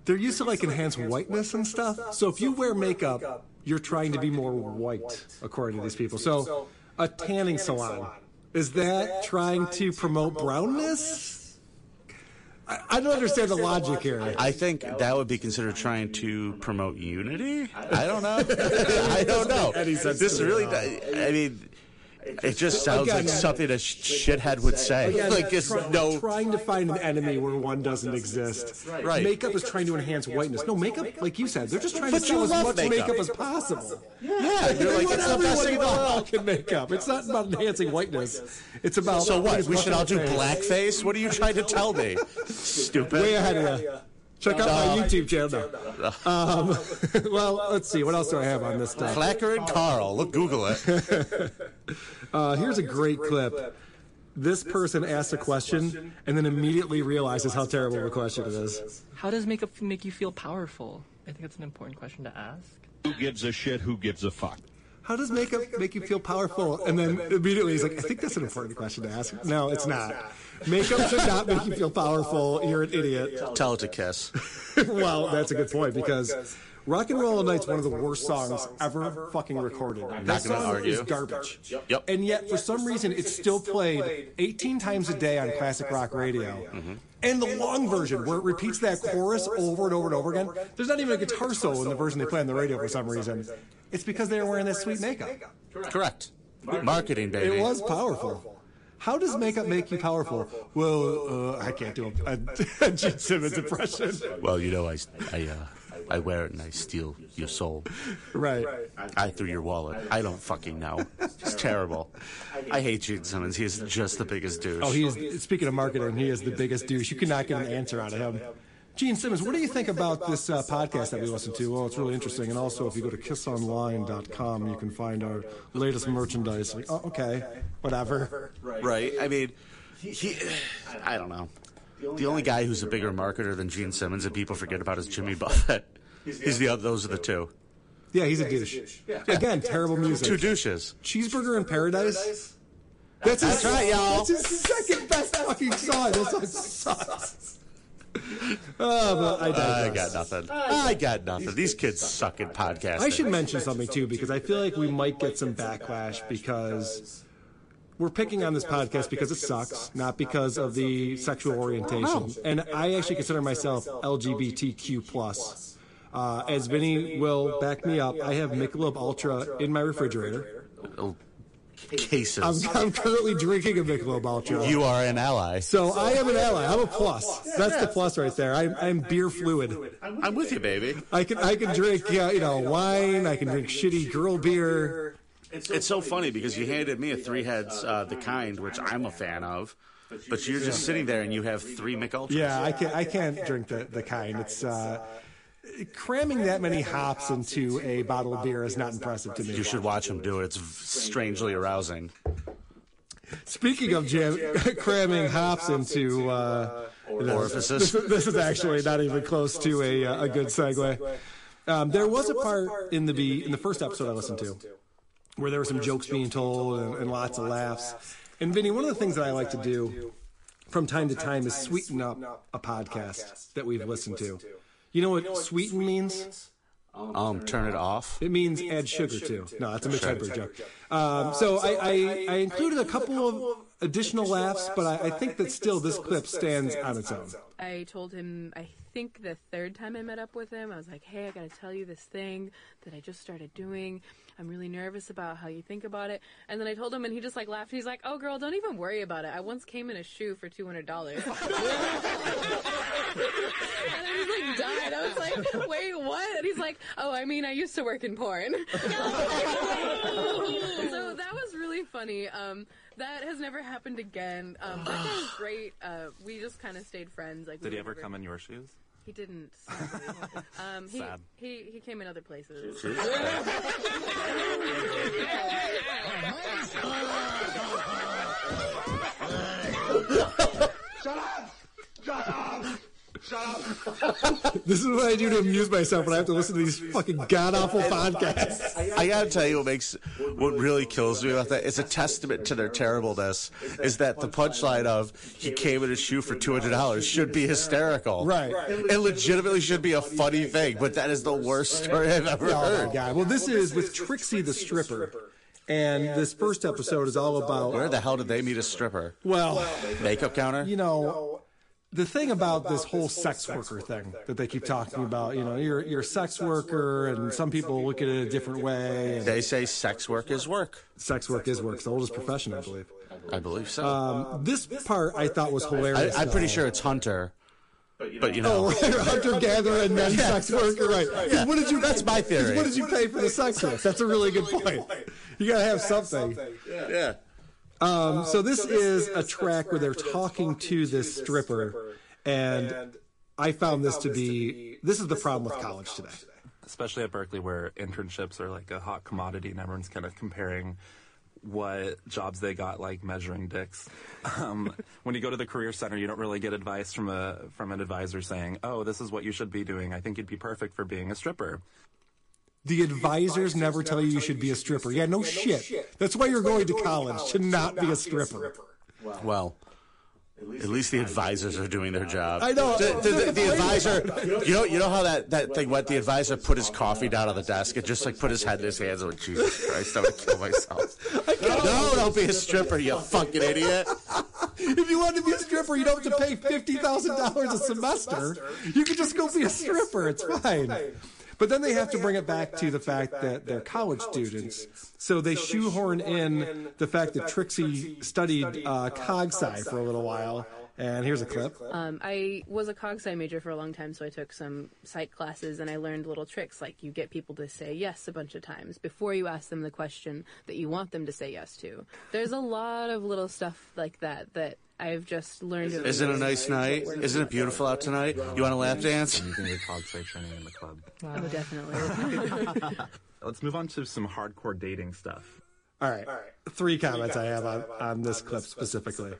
[SPEAKER 1] They're used to like enhance whiteness and stuff. So if you wear makeup, you're trying to be more white, according to these people. So a tanning salon is that trying to promote brownness? I, I don't understand the logic here.
[SPEAKER 5] I think that would be considered trying to promote unity. I don't know. I don't know. This really, I mean, it just sounds like something a sh- shithead would say.
[SPEAKER 1] Again,
[SPEAKER 5] Like it's
[SPEAKER 1] try-
[SPEAKER 5] no.
[SPEAKER 1] trying to find an enemy where one doesn't exist.
[SPEAKER 5] Right.
[SPEAKER 1] Makeup is trying to enhance whiteness. No, makeup, like you said, they're just trying to
[SPEAKER 5] But you
[SPEAKER 1] sell as
[SPEAKER 5] love
[SPEAKER 1] much
[SPEAKER 5] makeup.
[SPEAKER 1] makeup as possible.
[SPEAKER 5] Yeah, you're like it's the best thing in the world.
[SPEAKER 1] Fucking makeup. It's not about enhancing whiteness. It's about
[SPEAKER 5] So what? We should all do
[SPEAKER 1] black.
[SPEAKER 5] blackface. What are you trying to tell me? Stupid.
[SPEAKER 1] Way ahead of you. Check out
[SPEAKER 5] Uh,
[SPEAKER 1] my YouTube channel. Um, well, let's see. What else do I have on this stuff?
[SPEAKER 5] Clacker and Carl. Look, Google it.
[SPEAKER 1] Uh, here's a great clip. This person asks a question and then immediately realizes how terrible of a question it is.
[SPEAKER 6] How does makeup f- make you feel powerful? I think that's an important question to ask.
[SPEAKER 12] Who gives a shit? Who gives a fuck?
[SPEAKER 1] How does makeup make you feel powerful? And then immediately he's like, I think that's an important question to ask. No, it's not. Makeup should not make you feel powerful. You're an idiot.
[SPEAKER 5] Tell it to kiss.
[SPEAKER 1] well, that's a good point because Rock and Roll All Night's one of the worst songs ever fucking recorded.
[SPEAKER 5] I'm
[SPEAKER 1] That
[SPEAKER 5] not gonna
[SPEAKER 1] song is
[SPEAKER 5] argue.
[SPEAKER 1] garbage.
[SPEAKER 5] Yep.
[SPEAKER 1] And yet, for some reason, it's still played 18 times a day on classic rock radio.
[SPEAKER 5] Mm-hmm.
[SPEAKER 1] And the long version, where it repeats that chorus over and over and over again, there's not even a guitar solo in the version they play on the radio for some reason. It's because they were wearing that sweet makeup.
[SPEAKER 5] Correct. Marketing, baby.
[SPEAKER 1] It was powerful. How does makeup make you powerful? Well, uh, I can't do a, a Gene Simmons impression.
[SPEAKER 5] Well, you know, I, I, uh, I wear it and I steal your soul.
[SPEAKER 1] Right.
[SPEAKER 5] I threw your wallet. I don't fucking know. It's terrible. I hate Gene Simmons. He is just the biggest douche.
[SPEAKER 1] Oh, he is. Speaking of marketing, he is the biggest douche. You cannot get an answer out of him. Gene Simmons, what do you think about this uh, podcast that we listen to? Well, it's really interesting. And also, if you go to kissonline.com, you can find our latest merchandise. Like, oh, okay, whatever.
[SPEAKER 5] Right. I mean, he. I don't know. The only guy who's a bigger marketer than Gene Simmons that people forget about is Jimmy Buffett. He's the other. Those are the two.
[SPEAKER 1] Yeah, he's a douche. Again, terrible music.
[SPEAKER 5] Two douches.
[SPEAKER 1] Cheeseburger in Paradise. That's his,
[SPEAKER 5] That's right, y'all.
[SPEAKER 1] That's his second best fucking song. That song sucks. Oh, but I
[SPEAKER 5] I
[SPEAKER 1] digress.
[SPEAKER 5] got nothing. I got nothing. These kids suck at podcasting.
[SPEAKER 1] I should mention something too because I feel like we might get some backlash because we're picking on this podcast because it sucks, not because of the sexual orientation.
[SPEAKER 5] orientation.
[SPEAKER 1] And I actually consider myself LGBTQ plus. Uh, as Vinny will back me up, I have Michelob Ultra in my refrigerator. I'm,
[SPEAKER 5] Oh, Cases.
[SPEAKER 1] I'm currently drinking a Michelob Ultra.
[SPEAKER 5] You are an ally.
[SPEAKER 1] So I am an ally. I'm a plus. That's the plus right there. I'm, I'm beer fluid.
[SPEAKER 5] I'm with you, baby.
[SPEAKER 1] I can I can drink yeah, you know wine. I can drink shitty girl beer.
[SPEAKER 5] It's so funny because you handed me a three heads, uh, the kind, which I'm a fan of, but you're just sitting there and you have three McUltras.
[SPEAKER 1] Yeah, I can't I can't drink the the kind. It's uh, cramming that many hops into a bottle of beer is not impressive to
[SPEAKER 5] You
[SPEAKER 1] me.
[SPEAKER 5] should watch him do it. It's strangely arousing.
[SPEAKER 1] Speaking of jam, cramming hops into. Uh,
[SPEAKER 5] Orifices.
[SPEAKER 1] This, this is actually not even close to a uh, a good segue. Um, there was a part in the be in the first episode I listened to where there were some jokes being told and, and lots of laughs. And Vinny, one of the things that I like to do from time to time is sweeten up a podcast that we've listened to. You know what sweeten means?
[SPEAKER 5] Um, turn it off.
[SPEAKER 1] It means add sugar to. No, that's a Mitch
[SPEAKER 5] Sure.
[SPEAKER 1] Hedberg joke. Um, so I, I, I included a couple of additional laughs, but I, I think that still this clip stands on its own. Uh,
[SPEAKER 10] I told him, I think the third time I met up with him, I was like, hey, I gotta tell you this thing that I just started doing. I'm really nervous about how you think about it. And then I told him, and he just like laughed. He's like, oh, girl, don't even worry about it. I once came in a shoe for $200. and I was like, died. I was like, wait, what? And he's like, oh, I mean, I used to work in porn. so that was really funny. Um, that has never happened again. Um, that guy was great. Uh, we just kind of stayed friends. Like, we
[SPEAKER 9] Did he
[SPEAKER 10] were
[SPEAKER 9] ever
[SPEAKER 10] never-
[SPEAKER 9] come in your shoes?
[SPEAKER 10] He didn't. sadly. um, he,
[SPEAKER 9] Sad.
[SPEAKER 10] he he came in other places.
[SPEAKER 1] This is what I do to amuse myself when I have to listen to these fucking god awful podcasts.
[SPEAKER 5] I gotta tell you, what makes what really kills me about that is a testament to their terribleness. Is that the punchline of "he came in a shoe for two hundred dollars" should be hysterical,
[SPEAKER 1] Right.
[SPEAKER 5] It legitimately should be a funny thing, but that is the worst story I've ever
[SPEAKER 1] Oh
[SPEAKER 5] heard.
[SPEAKER 1] my god! Well, this is with Trixie the stripper, and this first episode is all
[SPEAKER 5] Where
[SPEAKER 1] about
[SPEAKER 5] the hell did they meet a stripper?
[SPEAKER 1] well,
[SPEAKER 5] Makeup counter?
[SPEAKER 1] you know. The thing about this whole sex worker thing that they keep talking about, you know, you're you're a sex worker, and some people look at it a different way. And
[SPEAKER 5] They say sex work is work.
[SPEAKER 1] sex work is work; it's the oldest profession, I believe.
[SPEAKER 5] I believe so.
[SPEAKER 1] Um, this part I thought was
[SPEAKER 5] I,
[SPEAKER 1] hilarious.
[SPEAKER 5] I'm pretty
[SPEAKER 1] though.
[SPEAKER 5] sure it's Hunter, but you know.
[SPEAKER 1] Oh, hunter gatherer and then sex worker, right? 'Cause What did you?
[SPEAKER 5] That's my theory.
[SPEAKER 1] What did you pay for the sex work? That's a really good point. You gotta have something.
[SPEAKER 5] Yeah.
[SPEAKER 1] Um, so this is a track where they're talking to this stripper, and I found this to be this is the problem with college today.
[SPEAKER 9] especially at Berkeley, where internships are like a hot commodity, and everyone's kind of comparing what jobs they got, like measuring dicks. Um, when you go to the career center, you don't really get advice from a from an advisor saying, "Oh, this is what you should be doing. I think you'd be perfect for being a stripper."
[SPEAKER 1] The advisors never tell you you should be a stripper. Yeah, no shit. That's why you're going to college to not be a stripper.
[SPEAKER 5] Well, At least the advisors are doing their job.
[SPEAKER 13] I know.
[SPEAKER 5] The, the- the- the advisor,
[SPEAKER 13] know.
[SPEAKER 5] you know, you know how that, that thing went. The advisor put his coffee down on the desk and just like put his head in his hands. Like Jesus Christ, I would kill myself. No, don't be a stripper, you fucking idiot.
[SPEAKER 1] If you want to be a stripper, you don't have to pay fifty thousand dollars a semester. You can just go be a stripper. It's fine. But then they have to bring it back to the fact that they're college students, so they shoehorn in the fact that Trixie studied uh, cog sci for a little while. And here's a clip.
[SPEAKER 10] Um, I was a cog sci major for a long time, so I took some psych classes and I learned little tricks like you get people to say yes a bunch of times before you ask them the question that you want them to say yes to. There's a lot of little stuff like that that I've just learned. over
[SPEAKER 5] Isn't it a
[SPEAKER 10] the years.
[SPEAKER 5] nice night? Isn't it beautiful out tonight? You want a lap dance?
[SPEAKER 1] Mm.
[SPEAKER 9] in the club.
[SPEAKER 10] Oh, definitely.
[SPEAKER 9] Let's move on to some hardcore dating stuff.
[SPEAKER 1] All right. Three comments I have on, on this clip specifically.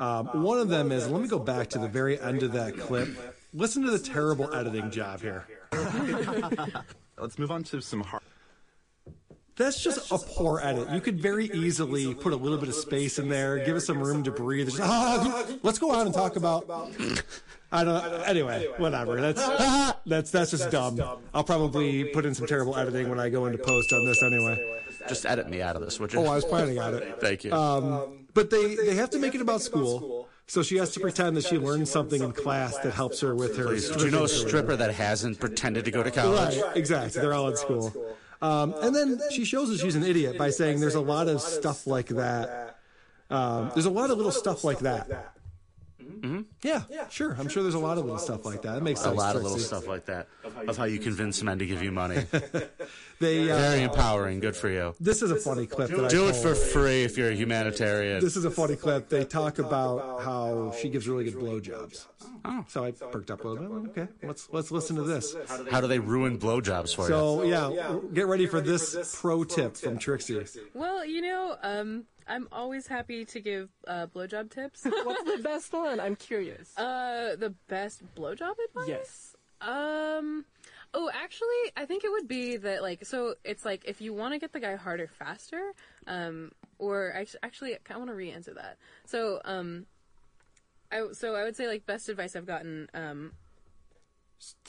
[SPEAKER 1] Um, one of them is let me go back to the very end of that clip. Listen to the terrible editing job here.
[SPEAKER 9] Let's move on to some hard.
[SPEAKER 1] That's just a poor edit. You could very easily put a little bit of space in there, give us some room to breathe. Just, ah, let's go on and talk about. I don't. Anyway, whatever. That's ah, that's that's just dumb. I'll probably put in some terrible editing when I go into post on this anyway.
[SPEAKER 5] Just edit me out of this, would you?
[SPEAKER 1] Oh, I was planning on it.
[SPEAKER 5] Thank you.
[SPEAKER 1] Um, but they, they have to make it about school. So she has to pretend that she learned something in class that helps her with her.
[SPEAKER 5] Please, do you know a stripper that hasn't pretended to go to college?
[SPEAKER 1] Right, exactly. They're all at school. Um, and then she shows that she's an idiot by saying there's a lot of stuff like that. Um, there's a lot of little stuff like that.
[SPEAKER 5] Mhm.
[SPEAKER 1] Yeah, sure. I'm sure there's a lot of little stuff like that. That makes
[SPEAKER 5] a
[SPEAKER 1] sense.
[SPEAKER 5] lot of little
[SPEAKER 1] Trixie.
[SPEAKER 5] stuff like that of how you convince men to give you money.
[SPEAKER 1] They, uh,
[SPEAKER 5] Very empowering. Good for you.
[SPEAKER 1] This is a funny clip. That I
[SPEAKER 5] Do it
[SPEAKER 1] pulled.
[SPEAKER 5] for free if you're a humanitarian.
[SPEAKER 1] This is a funny clip. They talk about how she gives really good blowjobs. Oh. So I perked up a little bit. Okay, let's let's listen to this.
[SPEAKER 5] How do they ruin blowjobs for
[SPEAKER 1] So
[SPEAKER 5] you?
[SPEAKER 1] yeah, w- get ready for this pro tip from Trixie.
[SPEAKER 10] well, you know, um, I'm always happy to give uh, blowjob tips.
[SPEAKER 6] What's the best one? I'm curious.
[SPEAKER 10] Uh, the best blowjob advice?
[SPEAKER 6] Yes.
[SPEAKER 10] Um. Oh, actually, I think it would be that like so. It's like if you want to get the guy harder faster, um, or act- actually, I kind of want to re-answer that. So, um, I so I would say like best advice I've gotten. Um,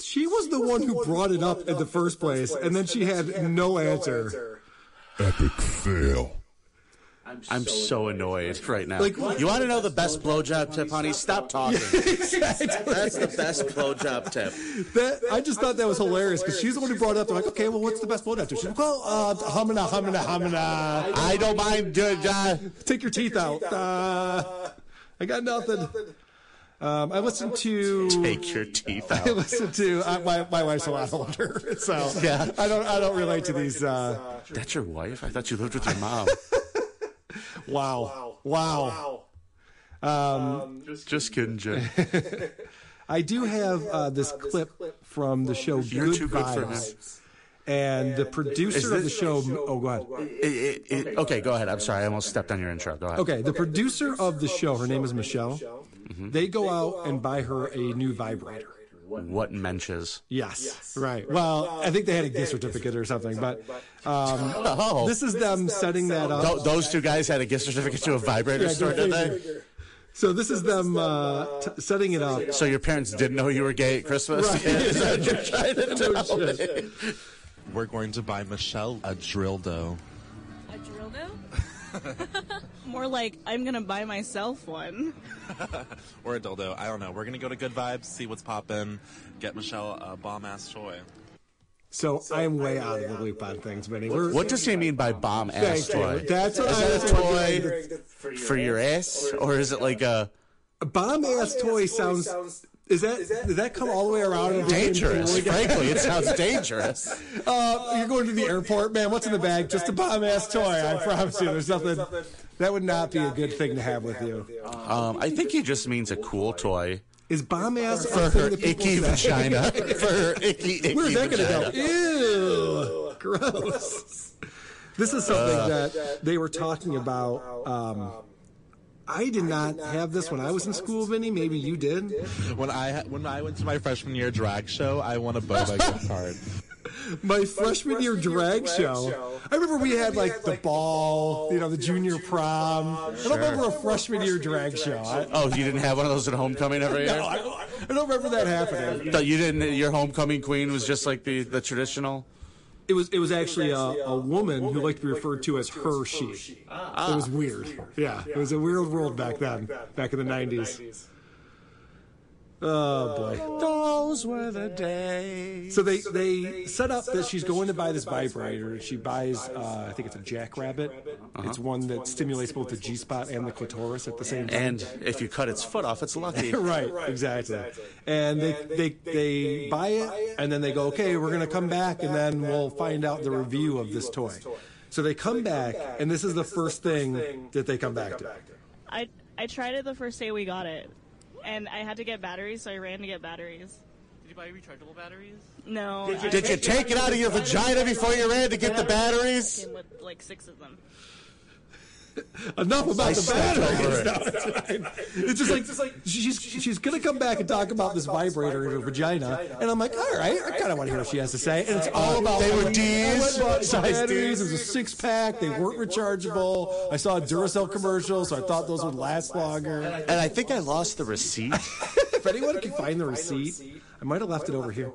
[SPEAKER 1] She was the one who brought it up in the first place, and then she had no answer.
[SPEAKER 5] Epic fail. I'm so annoyed right now.
[SPEAKER 1] Like-
[SPEAKER 5] you want to know the best blowjob tip, honey? Stop talking.
[SPEAKER 1] exactly.
[SPEAKER 5] That's the best blowjob tip.
[SPEAKER 1] That I just thought that was hilarious because she's the one who brought it up. I'm like, okay, well, what's the best blowjob? She's like, well, uh, humana, humana, humana.
[SPEAKER 5] I don't mind. Dude, uh,
[SPEAKER 1] Take your teeth out. Uh, I got nothing. Um, I listened to.
[SPEAKER 5] Take your teeth out.
[SPEAKER 1] I listened to. Uh, my my wife's a lot older, so
[SPEAKER 5] Yeah.
[SPEAKER 1] I don't I don't relate to these. Uh,
[SPEAKER 5] That's your wife? I thought you lived with your mom.
[SPEAKER 1] wow, wow. Um,
[SPEAKER 5] Just kidding, Jay.
[SPEAKER 1] I do have uh, this clip from the show
[SPEAKER 5] You're
[SPEAKER 1] Good
[SPEAKER 5] too good for
[SPEAKER 1] Vibes, and the
[SPEAKER 5] Is
[SPEAKER 1] producer of the
[SPEAKER 5] this-
[SPEAKER 1] show. Oh, go ahead.
[SPEAKER 5] It- it- it- okay, go ahead. I'm sorry. I almost stepped on your intro. Go ahead.
[SPEAKER 1] Okay, the producer of the show, her name is Michelle.
[SPEAKER 5] Mhm.
[SPEAKER 1] They go out and buy her a new vibrator.
[SPEAKER 5] What menches?
[SPEAKER 1] Yes, right. Well, I think they had a gift certificate or something, but um,
[SPEAKER 5] Oh.
[SPEAKER 1] this is them setting that up.
[SPEAKER 5] Th- those two guys had a gift certificate to a vibrator
[SPEAKER 1] Yeah,
[SPEAKER 5] store,
[SPEAKER 1] go
[SPEAKER 5] did they?
[SPEAKER 1] figure. So this is them uh, t- setting it up.
[SPEAKER 5] So your parents didn't know you were gay at Christmas?
[SPEAKER 1] Right.
[SPEAKER 5] Is that what you're trying to
[SPEAKER 1] No
[SPEAKER 5] tell me?
[SPEAKER 9] We're going to buy Michelle a dildo.
[SPEAKER 14] A dildo? More like I'm gonna buy myself one.
[SPEAKER 9] or a dildo. I don't know. We're gonna go to Good Vibes, see what's poppin', get Michelle a bomb ass toy.
[SPEAKER 1] So I'm way out of the loop on things, Vinny. We're-
[SPEAKER 5] What does he mean by bomb
[SPEAKER 1] Thank
[SPEAKER 5] ass
[SPEAKER 1] you.
[SPEAKER 5] toy?
[SPEAKER 1] That's what
[SPEAKER 5] is
[SPEAKER 1] I
[SPEAKER 5] that
[SPEAKER 1] was
[SPEAKER 5] a toy for your ass, or is it like a
[SPEAKER 1] Bomb ass toy sounds. Is that does that come all the way around? and everything?
[SPEAKER 5] dangerous? Frankly, it sounds dangerous.
[SPEAKER 1] Uh, you're going to the airport, man. What's in the bag? Just a bomb ass toy. I promise you. There's nothing. That would not be a good thing to have with you.
[SPEAKER 5] Um, I think he just means a cool toy.
[SPEAKER 1] Is bomb ass
[SPEAKER 5] For
[SPEAKER 1] a thing
[SPEAKER 5] her
[SPEAKER 1] that people
[SPEAKER 5] icky
[SPEAKER 1] say?
[SPEAKER 5] vagina. For her icky, icky
[SPEAKER 1] Where's that going to
[SPEAKER 5] vagina.
[SPEAKER 1] go? Ew, gross. This is something
[SPEAKER 5] Uh.
[SPEAKER 1] that they were talking about. Um, I did not have this when I was in school, Vinny. Maybe you did.
[SPEAKER 9] When I ha- when I went to my freshman year drag show, I won a boba gift card.
[SPEAKER 1] my freshman year drag, show. I remember we had like the ball, you know, the junior prom. I
[SPEAKER 5] Sure.
[SPEAKER 1] don't remember a freshman year drag show. I,
[SPEAKER 5] Oh, you didn't have one of those at homecoming every year?
[SPEAKER 1] no, I don't, I don't remember that happening.
[SPEAKER 5] Thought you didn't. Your homecoming queen was just like the, the traditional.
[SPEAKER 1] It was it was actually a, a woman who liked to be referred to as her she. It was weird. Yeah, it was a weird world back then, back in the nineties. Oh boy.
[SPEAKER 5] Those were the days.
[SPEAKER 1] So they they set up that she's going to buy this vibrator. She buys uh, I think it's a jackrabbit. It's one that stimulates both the G spot and the clitoris at the same time.
[SPEAKER 5] And if you cut its foot off, it's lucky.
[SPEAKER 1] right, exactly. And they, they, they, buy it, and then they go, okay, we're going to come back, and then we'll find out the review of this toy. So they come back, and this is the first thing that they come back to.
[SPEAKER 14] I I tried it the first day we got it, and I had to get batteries, so I ran to get batteries.
[SPEAKER 6] Did you buy rechargeable batteries?
[SPEAKER 14] No.
[SPEAKER 6] Did
[SPEAKER 14] I-
[SPEAKER 6] you Did you take it out of your vagina before you ran to get the batteries?
[SPEAKER 14] Came with like six of them.
[SPEAKER 1] Enough about
[SPEAKER 5] I
[SPEAKER 1] the
[SPEAKER 5] stepped over
[SPEAKER 1] batteries.
[SPEAKER 5] it.
[SPEAKER 1] No, it's fine. It's just like, she's, she's going to come back and talk about this vibrator in her vagina, and I'm like, all right, I kind of want to hear what she has to say. And it's all about
[SPEAKER 5] Uh, They were
[SPEAKER 1] I
[SPEAKER 5] Ds,
[SPEAKER 1] went and bought some
[SPEAKER 5] size
[SPEAKER 1] batteries. It was
[SPEAKER 5] Ds.
[SPEAKER 1] a six pack. They weren't rechargeable. I saw a Duracell commercial, so I thought those would last longer.
[SPEAKER 5] And I think I lost the receipt.
[SPEAKER 1] if anyone can find the receipt, I might have left it over here.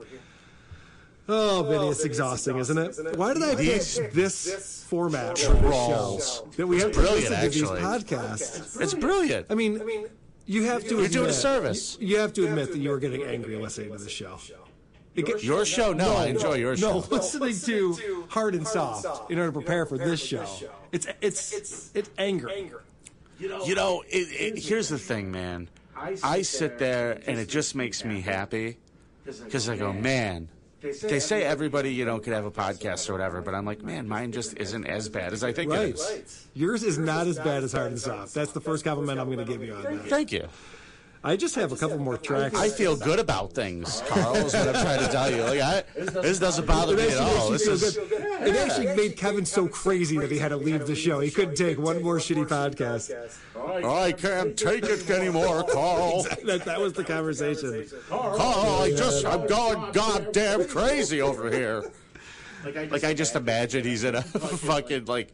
[SPEAKER 1] Oh, Vinny, it's exhausting, isn't it? Why did I pick
[SPEAKER 5] These
[SPEAKER 1] this format for this show?
[SPEAKER 5] trolls.
[SPEAKER 1] That we have
[SPEAKER 5] It's
[SPEAKER 1] to
[SPEAKER 5] brilliant,
[SPEAKER 1] listen to these
[SPEAKER 5] actually.
[SPEAKER 1] podcasts.
[SPEAKER 5] It's brilliant.
[SPEAKER 1] I mean, you have to.
[SPEAKER 5] You're doing a
[SPEAKER 1] admit-
[SPEAKER 5] service.
[SPEAKER 1] You have to admit that you were getting angry listening to this show. It get-
[SPEAKER 5] Your show? No, I enjoy your
[SPEAKER 1] no,
[SPEAKER 5] show.
[SPEAKER 1] listening to hard and soft in order to prepare for this show. It's it's it's anger.
[SPEAKER 5] You know, it, it, here's the thing, man. I sit there and it just makes me happy because I go, man. They say everybody, you know, could have a podcast or whatever, but I'm like, man, mine just isn't as bad as I think it
[SPEAKER 1] Right.
[SPEAKER 5] is.
[SPEAKER 1] Yours is not as bad as hard and soft. That's the first compliment I'm going to give you on that.
[SPEAKER 5] Thank you.
[SPEAKER 1] I just have a couple more tracks.
[SPEAKER 5] I feel good about things, Carl. Is what I'm trying to tell you. Like, I, this doesn't bother me
[SPEAKER 1] It
[SPEAKER 5] at
[SPEAKER 1] actually
[SPEAKER 5] all.
[SPEAKER 1] makes
[SPEAKER 5] This
[SPEAKER 1] you
[SPEAKER 5] is
[SPEAKER 1] feel good. It actually made Kevin so crazy that he had to leave the show. He couldn't take one more shitty podcast.
[SPEAKER 5] I can't take it anymore, Carl.
[SPEAKER 1] That, that was the conversation.
[SPEAKER 5] Carl, Oh, I just I'm going goddamn crazy over here. Like I just imagine he's in a fucking like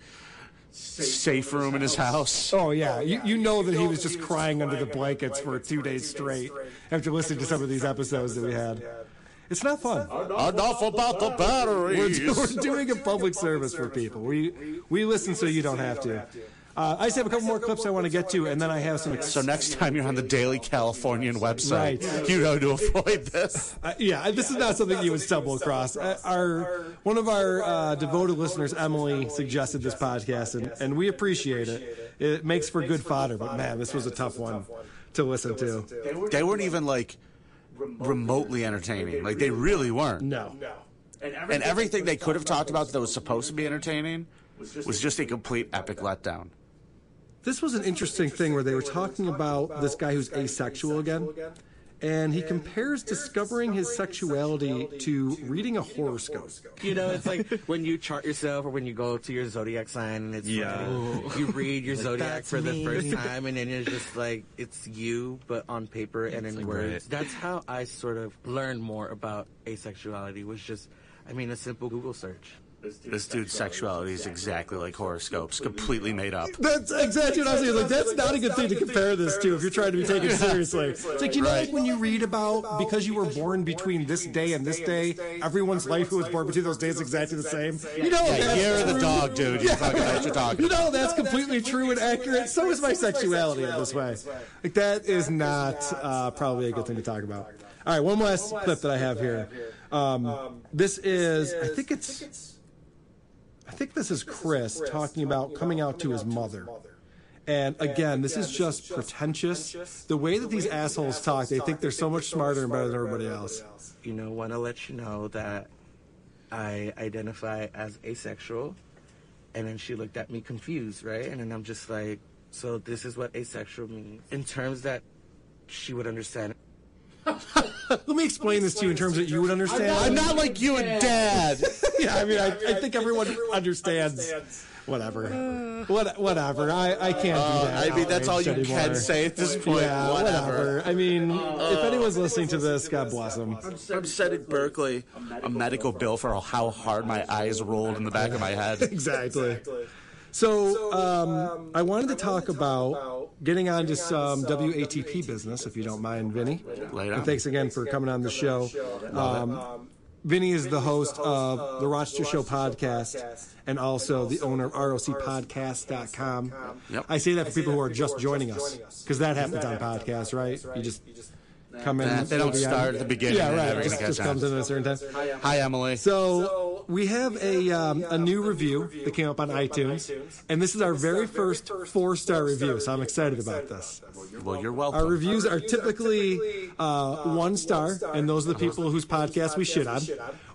[SPEAKER 5] safe room in his house.
[SPEAKER 1] Oh yeah, you, you know that he was just crying under the blankets for two days straight after listening to some of these episodes that we had. It's not fun.
[SPEAKER 5] Enough about the
[SPEAKER 1] We're,
[SPEAKER 5] batteries.
[SPEAKER 1] do- we're doing a public service for people. We we listen so you don't have to. Uh, I just have a couple more clips I want to get to, and then I have some. Ex-
[SPEAKER 5] So next time you're on the Daily Californian website,
[SPEAKER 1] Right.
[SPEAKER 5] you know to avoid this.
[SPEAKER 1] Uh, yeah, this is not something you would stumble across. Uh, our one of our uh, devoted listeners, Emily, suggested this podcast, and, and we appreciate it. It makes for good fodder, but man, this was a tough one to listen to.
[SPEAKER 5] They weren't even like remotely entertaining. Like they really weren't.
[SPEAKER 1] No.
[SPEAKER 5] And everything they could have talked about that was supposed to be entertaining was just a complete epic letdown.
[SPEAKER 1] This was an interesting thing where they were talking about this guy who's asexual again, and he compares discovering his sexuality to reading a horoscope.
[SPEAKER 8] You know, it's like when you chart yourself or when you go to your zodiac sign and it's
[SPEAKER 1] Yeah.
[SPEAKER 8] fucking- you read your
[SPEAKER 1] Like,
[SPEAKER 8] zodiac
[SPEAKER 1] that's
[SPEAKER 8] for the
[SPEAKER 1] me.
[SPEAKER 8] first time and then it's just like it's you but on paper and in words.
[SPEAKER 9] Right.
[SPEAKER 8] That's how I sort of learned more about asexuality was just I mean a simple Google search.
[SPEAKER 5] This dude's sexuality is exactly like horoscopes, completely made up.
[SPEAKER 1] That's exactly what I was saying. Like, that's not a good thing to compare this to if you're trying to be taken
[SPEAKER 5] Yeah.
[SPEAKER 1] seriously. It's like you know,
[SPEAKER 5] Right.
[SPEAKER 1] like when you read about because you were born between this day and this day, everyone's life who was born between those days is exactly the same. You know,
[SPEAKER 5] Yeah,
[SPEAKER 1] that's
[SPEAKER 5] you're the
[SPEAKER 1] true.
[SPEAKER 5] dog, dude. You fucking know what you're talking
[SPEAKER 1] You know, that's completely true and accurate. So is my sexuality in this way. Like that is not uh, probably a good thing to talk about. All right, one last clip that I have here. Um, this is, I think it's, I think this is Chris talking about coming out to his mother. And again, this is just pretentious. The way that these assholes talk, they think they're so much smarter and better than everybody else.
[SPEAKER 8] You know, wanna let you know that I identify as asexual and then she looked at me confused, right? And then I'm just like, so this is what asexual means in terms that she would understand.
[SPEAKER 1] Let me explain this to you in terms that you would understand.
[SPEAKER 5] I'm not like you and Dad.
[SPEAKER 1] yeah, I mean, I, I think everyone understands. Whatever. What, whatever. I, uh, I can't
[SPEAKER 5] Oh,
[SPEAKER 1] do that.
[SPEAKER 5] I mean, that's all you
[SPEAKER 1] outrage
[SPEAKER 5] can
[SPEAKER 1] anymore.
[SPEAKER 5] say at this point.
[SPEAKER 1] Yeah,
[SPEAKER 5] Whatever.
[SPEAKER 1] I mean, Uh, if anyone's listening to this, God bless them.
[SPEAKER 5] I'm set at Berkeley. A medical bill for how hard my eyes rolled in the back of my head.
[SPEAKER 1] exactly. So, um, I wanted to talk about, getting on to some WATP, business, if you don't mind, Vinny.
[SPEAKER 5] Later.
[SPEAKER 1] And thanks again for coming on the show.
[SPEAKER 5] Love it.
[SPEAKER 1] Um, Vinny is the host of the Rochester Show podcast and also the owner of ROCpodcast.com.
[SPEAKER 5] Yep.
[SPEAKER 1] I say that for people who are just joining us because that happens on podcasts, right? You just come in.
[SPEAKER 5] Nah, they don't
[SPEAKER 1] it'll be on-
[SPEAKER 5] start at the beginning,
[SPEAKER 1] Yeah,
[SPEAKER 5] they're never
[SPEAKER 1] right.
[SPEAKER 5] gonna
[SPEAKER 1] Just,
[SPEAKER 5] catch
[SPEAKER 1] just
[SPEAKER 5] on.
[SPEAKER 1] comes in at a certain time.
[SPEAKER 5] Hi, Emily.
[SPEAKER 1] So we have a um, a new review that came up on iTunes, and this is our very first four star review. So I'm excited about this.
[SPEAKER 5] Well, you're welcome.
[SPEAKER 1] Our reviews are typically uh, one star, and those are the people whose podcast we shit on.